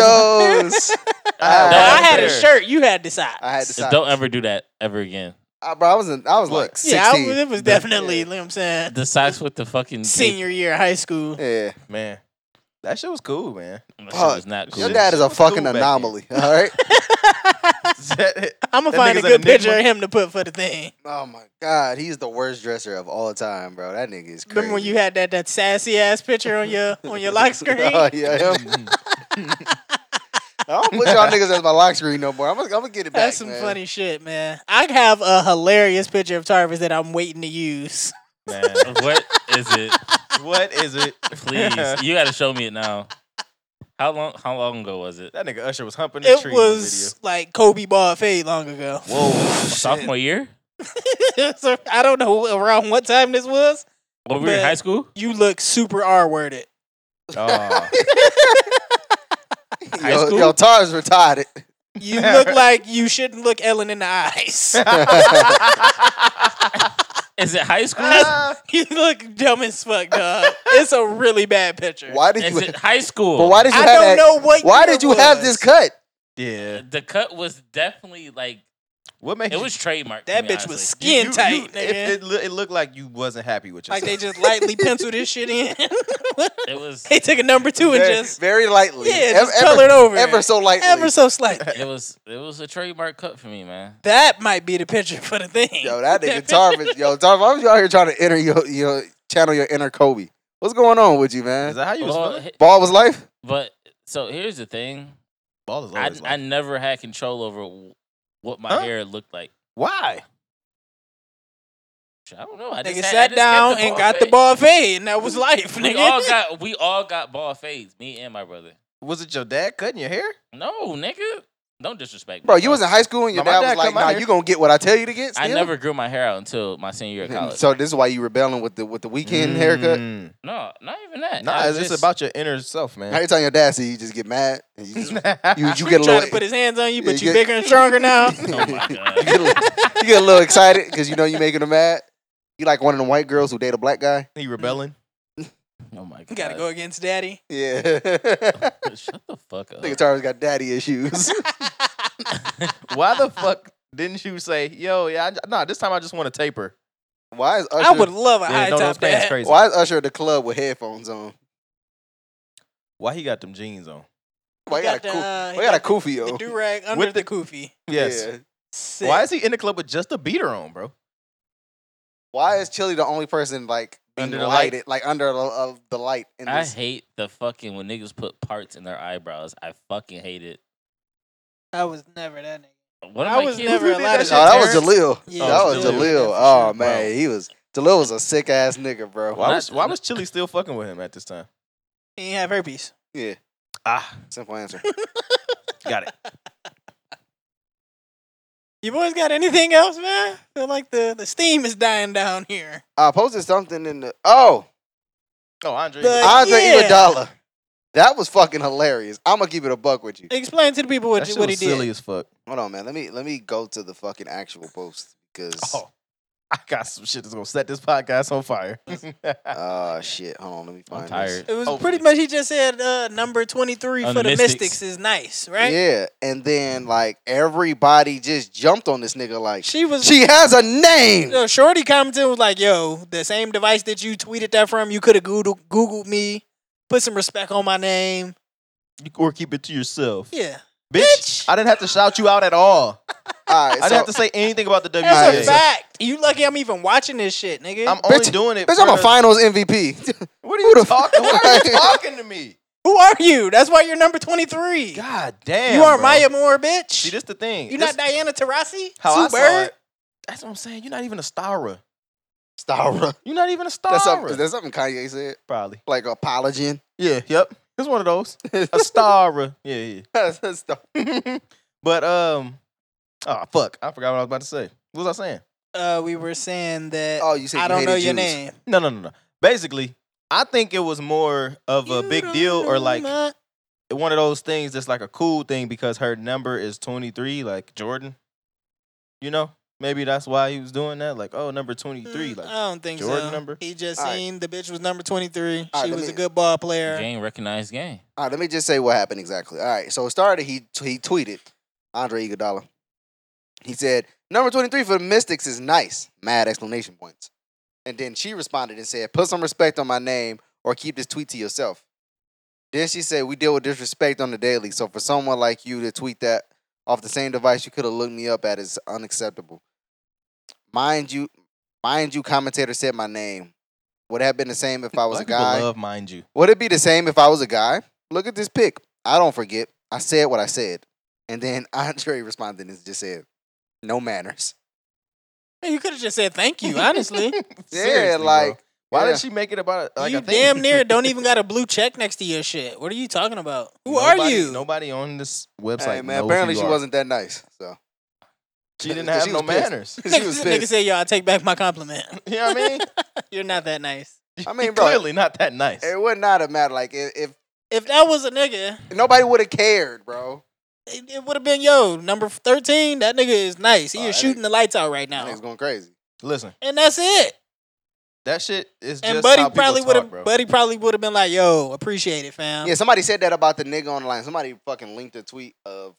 Them was- those. I had No, I had a Sure. shirt. You had the socks. I had the socks. Don't ever do that ever again. I, bro, I was in, I was Look. like Yeah, I, sixteen. was- it was definitely, you know what I'm saying, The socks with the fucking cape. senior year of high school. yeah, Man, that shit was cool, man. That shit Fuck. was not cool. your dad is a What's cool fucking back then? anomaly. All right. I'm going That to find a nigga's an good picture of enigma. him to put for the thing. Oh my god, he's the worst dresser of all time, bro. That nigga is crazy. Remember when you had that, that sassy ass picture on your on your lock screen? Oh yeah. him. I don't put y'all niggas as my lock screen no more. I'm gonna, I'm gonna get it back. That's some man. funny shit, man. I have a hilarious picture of Tarvis that I'm waiting to use. Man, What is it? what is it? Please, you got to show me it now. How long? How long ago was it? That nigga Usher was humping the tree It in the was like Kobe bald fade long ago. Whoa, sophomore year? So, I don't know around what time this was. When we were in Man. high school? You look super R worded. video. Oh. High yo, school? yo, Tars retarded. You look like you shouldn't look Ellen in the eyes. Is it high school? you look dumb as fuck, dog. It's a really bad picture. Why did Is you? it high But school? why did you I have that? don't know what. Why year did you it have was. this cut? yeah. The cut was definitely like What made it you- was trademarked. to That me, bitch was honestly. you- you- skin tight, you- nigga. It, it, loo- it looked like you wasn't happy with yourself. like they just lightly penciled this shit in. It was. they took a number two and Very, just very lightly. yeah, Ev- just colored over ever so lightly. ever so slight. It was. It was a trademark cut for me, man. That might be the picture for the thing. Yo, that nigga Tarvis. Yo, Tarvis, why was you out here trying to enter your, your channel your inner Kobe? What's going on with you, is man? that how you was Well, feeling? he- Ball was life. but so here's the thing. Ball is I, always I like, never had control over w- what my Huh? hair looked like. why? I don't know. I just nigga had- I just sat kept down the and bald got the fade. ball fade, and that was life, We nigga. all got we all got bald fades. Me and my brother. Was it your dad cutting your hair? No, nigga. Don't disrespect me. Bro, you was in high school and your My dad, dad was like, cut my "Nah, hair. you gonna get what I tell you to get." I still?" never grew my hair out until my senior year of college. So this is why you rebelling with the with the weekend haircut. Mm. no, not even that. Nah, I it's just- about your inner self, How man. you telling your dad? So you just get mad. And you, just, you, you get a trying little. to put his hands on you, but you you get- bigger and stronger now. Oh my you, god. get a little, you get a little excited because you know you making him mad. You like one of the white girls who date a black guy. He rebelling. Oh my god. You gotta go against daddy. Yeah, nigga Shut the fuck up. Tarvis got daddy issues. Why the fuck didn't you say, yo, yeah, I, nah, this time I just want to taper? why is Usher? I would love a Yeah, high no, those top fans dad. crazy. why Why? is Usher at the club with headphones on? Why he got them jeans on? Why he got, the, a cool? Why uh, he got a he kufi got on? the do rag under With the koofy. Yes. Yeah. Sick. Why is he in the club with just a beater on, bro? Why is Chili the only person like being Under the light? lighted, like under the, of the light? In I this? hate the fucking when niggas put parts in their eyebrows. I fucking hate it. I was never that nigga. One of I my was kids- never Who did allowed that to. shit, Oh, that was Terrence? Jaleel. Yeah, that it was was Jaleel. Jaleel. Yeah, for Oh sure. man, he was Jaleel was a sick ass nigga, bro. Why Not- was, why was Chili still fucking with him at this time? He didn't have herpes. Yeah, Ah, simple answer. got it. You boys got anything else, man? Feel like the, the steam is dying down here. I posted something in the oh Oh, Andre. The- Andre Yeah. Iguodala. That was fucking hilarious. I'm gonna keep it a buck with you. Explain to the people that what, shit what he was silly did. as fuck. Hold on, man. Let me let me go to the fucking actual post because Oh, I got some shit that's gonna set this podcast on fire. uh shit. Hold on, let me find. I'm This. tired. It was Hopefully. pretty much he just said uh, number 23 On for the the Mystics. Mystics. is nice, right? Yeah, and then like everybody just jumped on this nigga like She was. she has a name. Yo, Shorty commented was like, "Yo, the same device that you tweeted that from, you could have Googled, Googled me, put some respect on my name." You- or keep it to yourself, Yeah, bitch, I didn't have to shout you out at all. All right, I didn't so, have to say anything about the that's WNBA. a fact. You lucky I'm even watching this shit, nigga. I'm only Bitch, doing it. bitch, I'm for a the- Finals MVP. What are you Who the talking? Why are you fuck? talking to me? Who are you? That's why you're number 23. God damn. you aren't bro. Maya Moore, bitch. See, this the thing. you're This- not Diana Taurasi. how Sue I saw Bird? it. That's what I'm saying. You're not even a starer. Stara. You're not even a starer. That's something. That's something Kanye said. Probably. Like apologizing. Yeah. Yep. It's one of those. a starer. Yeah. That's the- Yeah. but um, oh fuck, I forgot what I was about to say. What was I saying? Uh, we were saying that oh, you said I you don't hated know your Jews. name. No, no, no, no. Basically, I think it was more of a You big don't deal or know like my- one of those things that's like a cool thing because her number is 23, like Jordan. You know, maybe that's why he was doing that. Like, oh, number 23. Mm, Like, I don't think Jordan so. number? He just All right. seen the bitch was number 23. All right, she let was me- a good ball player. Game recognized game. All right, let me just say what happened exactly. All right, so it started. He he tweeted Andre Iguodala. He said number twenty three for the Mystics is nice. Mad exclamation points. And then she responded and said, "Put some respect on my name, or keep this tweet to yourself." Then she said, "We deal with disrespect on the daily. So for someone like you to tweet that off the same device you could have looked me up at is unacceptable." Mind you, mind you, commentator said my name. Would have been the same if I was black a people guy. love, mind you. Would it be the same if I was a guy? Look at this pic. I don't forget. I said what I said. And then Andre responded and just said, no manners. You could have just said thank you, honestly. Seriously, bro. like, Why yeah. did she make it about like you a thing? damn near don't even got a blue check next to your shit. What are you talking about? Who are Nobody- you? Nobody on this website. Hey, man, knows who apparently you she are. wasn't that nice. So She didn't 'Cause have she no was pissed. manners. she was Nigga, nigga pissed. said, yo, I take back my compliment. you know what I mean? You're not that nice. I mean, bro. eh, clearly not that nice. It would not have mattered. Like, if, if If that was a nigga, nobody would have cared, bro. it, would have been, yo, number 13, that nigga is nice. He Oh, is that shooting the lights out right That now. nigga's going crazy. Listen, And that's it. that shit is just And how Buddy people probably talk, would have bro. Buddy probably would have been like, yo, appreciate it, fam. Yeah, somebody said that about the nigga on the line. Somebody fucking linked a tweet of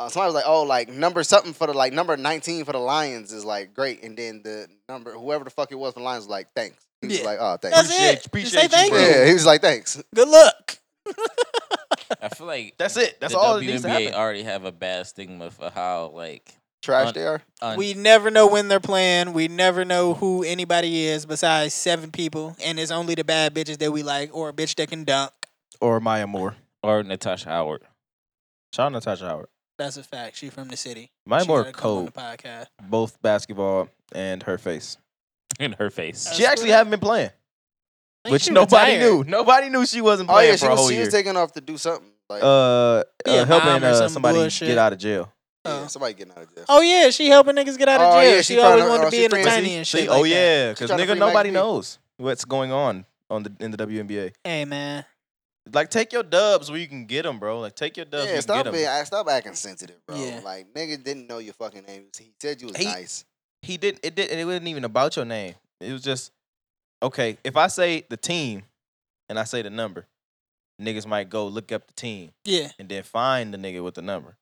uh, somebody was like, "Oh, like number something for the like number nineteen for the Lions is like great," and then the number whoever the fuck it was for the Lions was like, "Thanks." He was Yeah. like, "Oh, thanks." That's Appreciate- it. Just appreciate say you, thank bro. you. yeah, he was like, "Thanks." Good luck. I feel like That's it. That's the all that needs to WNBA happen. already have a bad stigma for how like Trash Uh, they are. un- We never know when they're playing. We never know who anybody is besides seven people, and it's only the bad bitches that we like or a bitch that can dunk. Or Maya Moore. or Natasha Howard. Shout out Natasha Howard. That's a fact. She from the city. Maya She Moore gotta come on cold. the podcast. both basketball and her face. in her face. That's She actually what- haven't been playing, I think which she nobody retired. knew. Nobody knew she wasn't Oh playing yeah, she for a was, whole she year. was taking off to do something. Like, uh, uh, Be a mom helping or uh, some somebody bullshit. get out of jail. yeah, oh. somebody getting out of jail. Oh yeah, she helping niggas get out of Oh, jail. yeah, she, she trying always to- wanted oh, to she be an friends- attorney see- and See, shit. oh like that. yeah, because trying to nigga, free nobody Maggie. knows what's going on on the in the WNBA. Hey man, Like, take your dubs where you can get them, bro. Like, take your dubs. where Yeah, you can stop get 'em. being, I- stop acting sensitive, bro. Yeah. Like, nigga didn't know your fucking name. He said you was He- nice. He didn't. It didn't. It wasn't even about your name. It was just okay. If I say the team, and I say the number, niggas might go look up the team yeah. and then find the nigga with the number.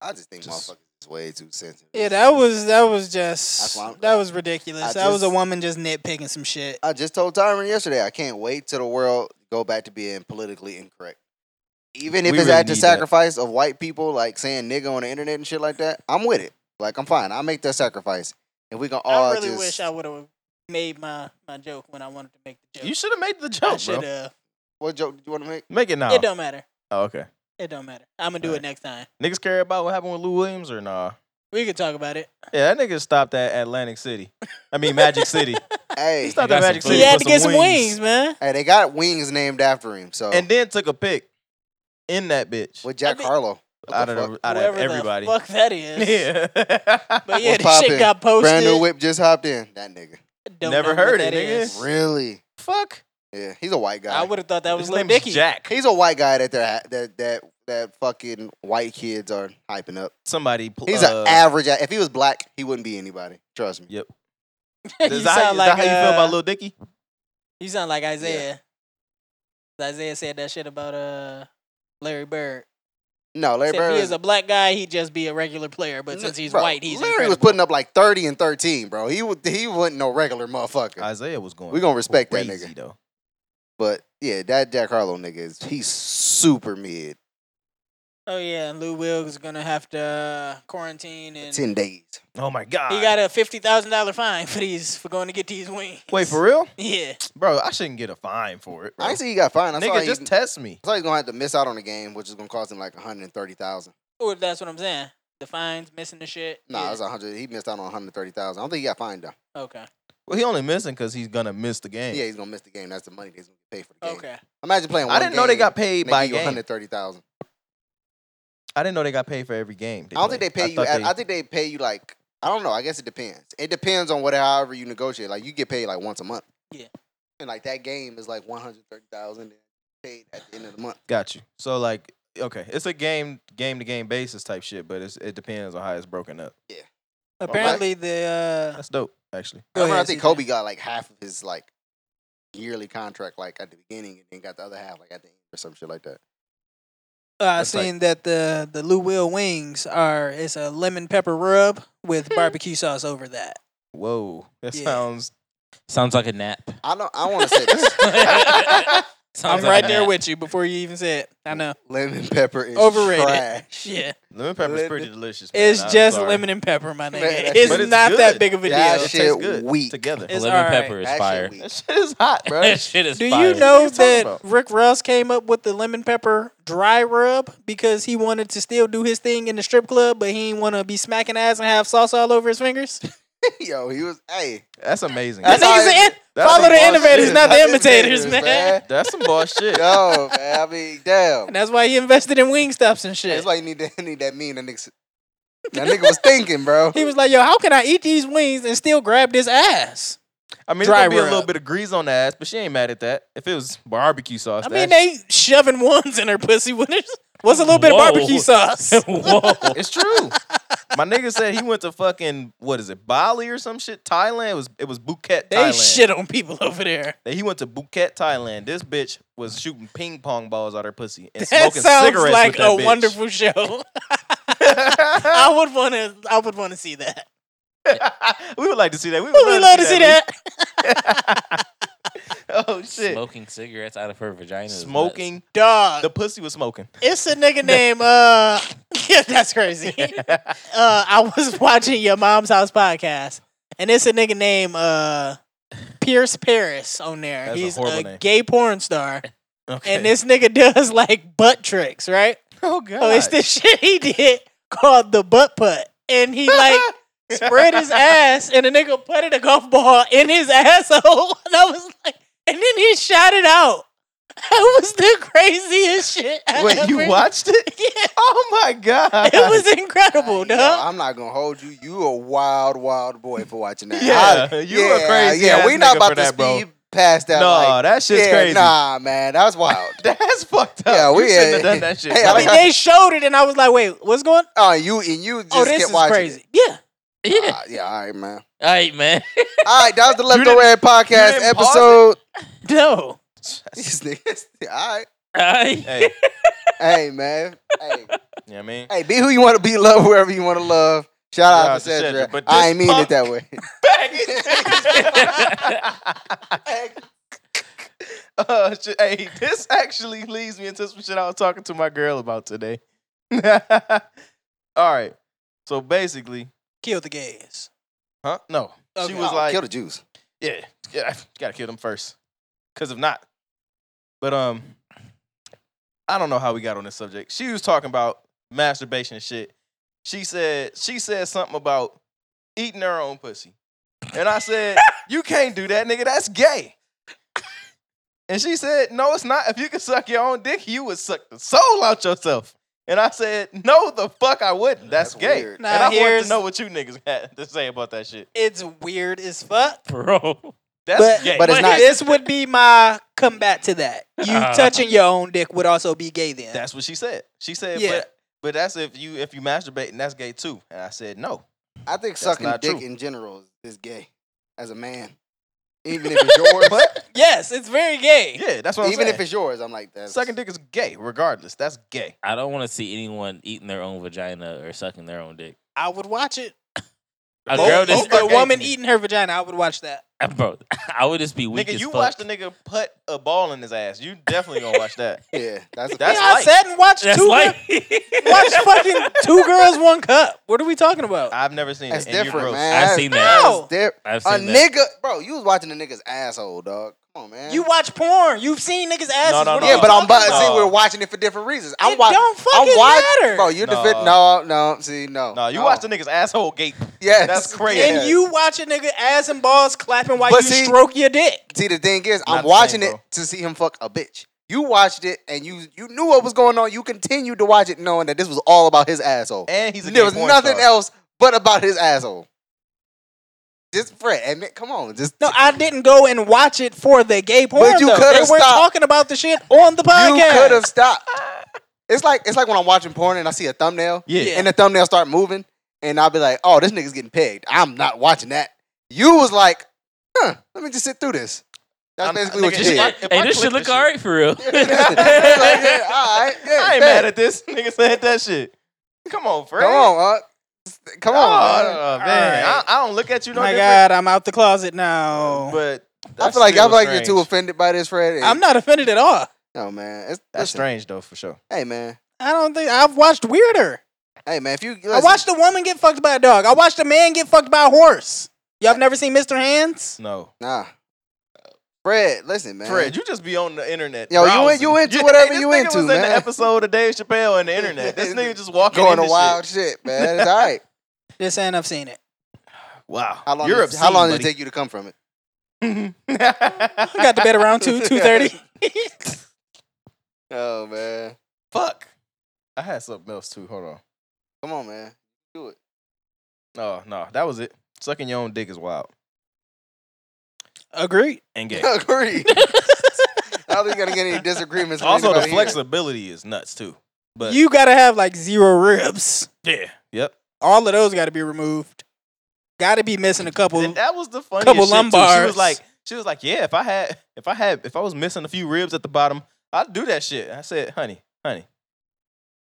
I just think Just- motherfuckers is way too sensitive. Yeah, that was that was just That's why I'm- that was ridiculous. I that was a just- woman just nitpicking some shit. I just told Tyron yesterday, I can't wait till the world go back to being politically incorrect. Even if We it's really at the need that. sacrifice of white people, like saying nigga on the internet and shit like that, I'm with it. Like I'm fine. I make that sacrifice, and we can all I really Oh, just. wish I would have made my my joke when I wanted to make the joke. You should have made the I joke, should bro. have. what joke did you want to make? Make it now. It don't matter. Oh, okay. It don't matter. I'm gonna do Alright. it next time. Niggas care about what happened with Lou Williams or nah? We could talk about it. Yeah, that nigga stopped at Atlantic City. I mean Magic City. He Hey, stopped He at got Magic some City. food. He for had to get some wings, man. hey, they got wings named after him. So And then took a pic in that bitch. with Jack I mean- Harlow, out of the, out of Whoever everybody. The fuck that is. Yeah. But yeah, What's the shit poppin'? got posted. Brand new whip just hopped in. That nigga. Don't Never know what heard it, that nigga. is. Really? fuck. Yeah, he's a white guy. I would have thought Um, that was His Lil name's Dicky. Jack. he's a white guy that they're ha- that that that fucking white kids are hyping up. Somebody. pl- He's uh, an average. a- If he was black, he wouldn't be anybody. Trust me. Yeah. you Is sound that, how- is like that how you feel uh, about Lil Dicky? You sound like Isaiah. Isaiah said that shit about uh Larry Bird. No, Larry Said if Bird. he is a black guy, he'd just be a regular player. But N- since he's bro, white, he's Larry was incredible. putting up like thirty and thirteen, bro. He would he wasn't no regular motherfucker. Isaiah was going. We gonna respect that crazy, nigga. though. But yeah, that Jack Harlow nigga is he's super mid. Oh yeah, and Lou Wilkes is gonna have to uh, quarantine and Ten days. Oh my god. he got a fifty thousand dollar fine for these for going to get these wings. Wait for real, Yeah, bro. I shouldn't get a fine for it. Bro. I see he got fined. I saw nigga, he- just test me. I saw he's gonna have to miss out on the game, which is gonna cost him like one hundred and thirty thousand. or that's what I'm saying. The fines, missing the shit. Nah, it yeah. was hundred. He missed out on one hundred thirty thousand. I don't think he got fined though. okay, Well, he only missing because he's gonna miss the game. Yeah, he's gonna miss the game. That's the money they're gonna pay for the game. okay. Imagine playing. One I didn't know they game, got paid they by give you game. one hundred thirty thousand. I didn't know they got paid for every game. I don't think they played. pay you. thought At, they- I think they pay you like I don't know. I guess it depends. It depends on what however you negotiate. Like you get paid like once a month. Yeah. And like that game is like one hundred thirty thousand paid at the end of the month. Got you. So like, okay, it's a game game to game basis type shit, but it's, it depends on how it's broken up. Apparently the uh, That's dope, actually. Go I remember ahead, I think CJ. Kobe got like half of his like yearly contract like at the beginning, and then got the other half like at the end or some shit like that. uh, I That's like- seen that the the Lou Will wings are it's a lemon pepper rub with barbecue sauce over that. Whoa, that Yeah. sounds. Sounds like a nap. I don't. I want to say this Sounds I'm like right a there nap. with you before you even say it. I know. lemon pepper is Overrated. trash. Yeah, Lemon pepper's Lemon- pretty delicious. man. it's I'm just sorry. lemon and pepper, my nigga. Man, it's, But it's not that good. big of a deal. Yeah, It shit tastes good weak. together. It's Lemon alright. pepper is That shit fire. weak. That shit is hot, bro. That shit is Do fire. you know What are you that talking about? Rick Ross came up with the lemon pepper dry rub because he wanted to still do his thing in the strip club, but he didn't want to be smacking ass and have sauce all over his fingers? Yo, he was. Hey, That's amazing. That That's how nigga's it- in. that's Follow some the boss innovators, shit. not the Not imitators, imitators, man. man. That's some boss shit. yo, man. I mean, damn. And that's why he invested in Wingstops and shit. That's why you need that need that mean that nigga. s- That nigga was thinking, bro. he was like, "Yo, how can I eat these wings and still grab this ass?" I mean, there's Dry gonna be a little rub. bit of grease on the ass, but she ain't mad at that. If it was barbecue sauce, I mean, that they shoving ones in her pussy when there's was a little bit Whoa. of barbecue sauce. Whoa. It's true. My nigga said he went to fucking what is it, Bali or some shit? Thailand It was it was Phuket, They Thailand. shit on people over there. That He went to Phuket, Thailand. This bitch was shooting ping pong balls out her pussy and That smoking sounds cigarettes like with a that bitch. wonderful show. I would want to. I would want to see that. we would like to see that. We would Would we love to see that? that. Oh shit! Smoking cigarettes out of her vagina. is nuts. Smoking. Dog, The pussy was smoking. it's a nigga named uh yeah, that's crazy. uh I was watching your mom's house podcast and it's a nigga named uh Pierce Paris on there. That's a He's a, horrible name. gay porn star. Okay. And this nigga does like butt tricks, right? Oh god. Oh, it's this shit he did called the butt putt. And he like spread his ass and the nigga putted a golf ball in his asshole. And I was like, and then he shot it out. That was the craziest shit. I Wait, you ever- watched it? Yeah, Oh my god! it was incredible, Yo, dog. I'm not gonna hold you. You a wild, wild boy for watching that. Yeah, you a crazy Yeah, ass we not nigga about for to that, bro. speed past that. No, like, that shit's yeah, crazy. Nah, man, that's wild. That's fucked up. Yeah, we- you shouldn't have yeah. done that shit. Hey, bro. I I mean, they showed it, and I was like, "Wait, what's going? on? oh, you and you just Oh, this kept is watching. crazy." Yeah, it. Yeah. Ah, yeah, all right, man. All right, man. All right, that was the didn't- leftover Ed podcast didn't pause episode. no, These niggas- all right, All right. hey, hey man, hey, you know what I mean? hey, be who you want to be, love whoever you want to love. Shout out to Shout out to Cedra. Cedra, but I this ain't mean it that way. Uh, sh- hey, this actually leads me into some shit I was talking to my girl about today. All right. So basically, kill the gays. huh? No. Okay. She was Oh, like, kill the Jews. yeah, yeah, I gotta kill them first. Cause if not, but um, I don't know how we got on this subject. She was talking about masturbation and shit. She said she said something about eating her own pussy, and I said you can't do that, nigga. That's gay. And she said, no, it's not. If you could suck your own dick, you would suck the soul out yourself. And I said, no, the fuck I wouldn't. That's, That's gay. weird. And Nah, I wanted here's- to know what you niggas had to say about that shit. It's weird as fuck. bro. That's But, gay. But it's not- This would be my comeback to that. You Ah. touching your own dick would also be gay then. That's what she said. She said, Yeah. but but that's if you if you masturbate and that's gay too. And I said no. I think sucking not dick true. in general is gay as a man. Even if it's yours. But yes, it's very gay. yeah, that's what I'm E even saying. if it's yours, I'm like that. sucking dick is gay, regardless. That's gay. I don't want to see anyone eating their own vagina or sucking their own dick. I would watch it. Oh, A Both- girl both that's are A gay to woman me. eating her vagina, I would watch that. bro, I would just be weak Nigga, as you fuck. watch the nigga put a ball in his ass. You definitely gonna watch that. Yeah, that's That's yeah, I life. sat and watched That's two. like gir- watch fucking two girls, one cup. What are we talking about? I've never seen That's it. and different, you're gross. man. I've That's- seen that's that. How? diff- I've A seen that. nigga, bro, you was watching a nigga's asshole, dog. Come on, man. you watch porn. You've seen niggas' asses. no, What are no. we yeah, but I'm talking but see, No. we're watching it for different reasons. I'm It watching. don't fucking I'm watch- matter. bro. You're No. defend. No, no. See, no. No, you no. watch the nigga's asshole gape. Yes, That's crazy. And you watch a nigga ass and balls clapping while But you see- stroke your dick. See, the thing is, I'm Not the watching same, it bro. to see him fuck a bitch. You watched it and you you knew what was going on. You continued to watch it knowing that this was all about his asshole. and he's a there gay was porn nothing star. else but about his asshole. Just Fred, admit, come on, just No, I didn't go and watch it for the gay porn. you though. coulda They were stopped. talking about the shit on the podcast. you could have stopped. It's like it's like when I'm watching porn and I see a thumbnail, Yeah. Yeah. and the thumbnail start moving, and I'll be like, "Oh, this nigga's getting pegged. I'm not watching that." You was like, "Huh? Let me just sit through this." That's I'm- basically nigga, what you it's did. like- Like, if Hey, I this click should look this all right for real. yeah, all right, yeah, I bet. ain't mad at this. Nigga said that shit. Come on, Fred. Come on, uh, come Oh, on. man. man. I, Alright. I don't look at you no My different. God, I'm out the closet now. But I that's feel like I still feel like you're strange. too offended by this, Fred. and- I'm not offended at all. No, man. It's, That's listen, strange though, for sure. Hey, man. I don't think I've watched weirder. Hey, man. If you listen, I watched a woman get fucked by a dog. I watched a man get fucked by a horse. Y'all have never seen Mr. Hands? No, Nah. Fred, listen, man. Fred, you just be on the internet. Yo, you in- browsing. you into Yeah, whatever this you nigga into, was in man. the episode of Dave Chappelle and the internet. This nigga just walking going to into wild Shit. shit, man. It's all right. This ain't I've seen it. Wow, How long? You're did, how long did obscene, it take you to come from it? buddy. I got to bed around two two thirty. Oh man, Fuck. I had something else too. Hold on. come on, man. Do it. No, no, that was it. Sucking your own dick is wild Agreed. and gay. Agree. I don't think we're gonna get any disagreements. from also, the anybody here. flexibility is nuts too. But you gotta have like zero ribs. yeah, yep. All of those gotta be removed. Gotta be missing a couple. And that was the funniest couple shit too. She was lumbars. like, she was like, yeah, if I had, if I had, if I was missing a few ribs at the bottom, I'd do that shit. I said, honey, honey,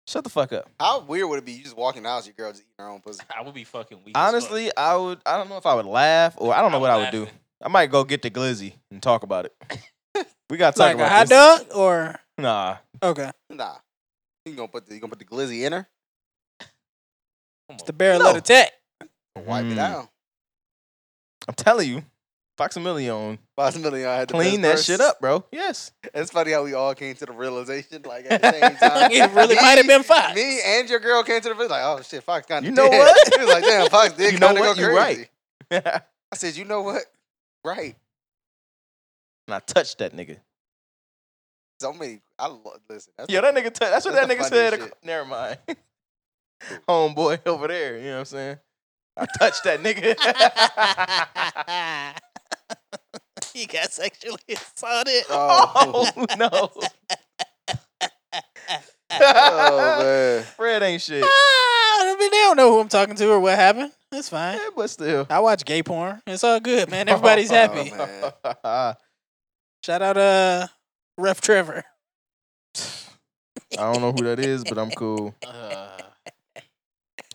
shut the fuck up. How weird would it be? You just walking in the house, your girl just eating her own pussy. I would be fucking weak. as fuck. Honestly, I would. I don't know if I would laugh or I don't know I'm what I would do. laughing. I might go get the glizzy and talk about it. We gotta talk Like a about hot this. dog or Nah, okay. Nah. You gonna put the you gonna put the glizzy in her? It's the barrel of No. the tech. Wipe it Mm. out. I'm telling you, Foxamillion, Possibly y'all had the clean that best shit verse. up, bro. Yes. It's funny how we all came to the realization like at the same time. It really Me- might have been Fox. Me and your girl came to the realization like, oh shit, Fox kind of. You know what? She was like, damn, Fox did You know kind of go what? crazy. You're right. and I said, you know what? Right. I touched that nigga. So many. I love. Listen. That's Yo, that nigga. T- that's what That's that the nigga funniest said. shit. Never mind. Homeboy over there. You know what I'm saying? I touched that nigga. he got sexually assaulted. Oh, oh no. oh, man. Fred ain't shit. Ah, I mean, they don't know who I'm talking to or what happened. That's fine. Yeah, but still. I watch gay porn. It's all good, man. Everybody's happy. Oh, man. I Shout out uh Ref Trevor. don't know who that is, but I'm cool. Uh.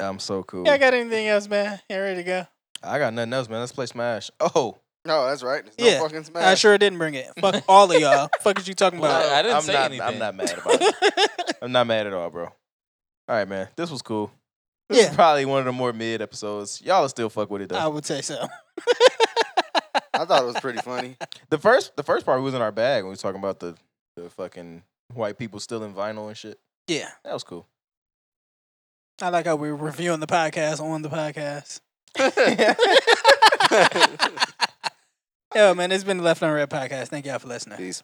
I'm so cool. Yeah, I got anything else, man? You ready to go? I got nothing else, man. Let's play Smash. Oh, No, that's right. There's Yeah. no Uh, fucking smash. I sure didn't bring it. Fuck all of y'all. Fuck is you talking about? I didn't am say not, anything. I'm not mad about it. I'm not mad at all, bro. All right, man. This was cool. This is Yeah. probably one of the more mid episodes. Y'all will still fuck with it though. I would say so. I thought it was pretty funny. The first the first part was in our bag when we were talking about the, the fucking white people stealing vinyl and shit. Yeah. That was cool. I like how we're reviewing the podcast on the podcast. Yo, man, it's been the Left on Red podcast. Thank y'all for listening. Peace.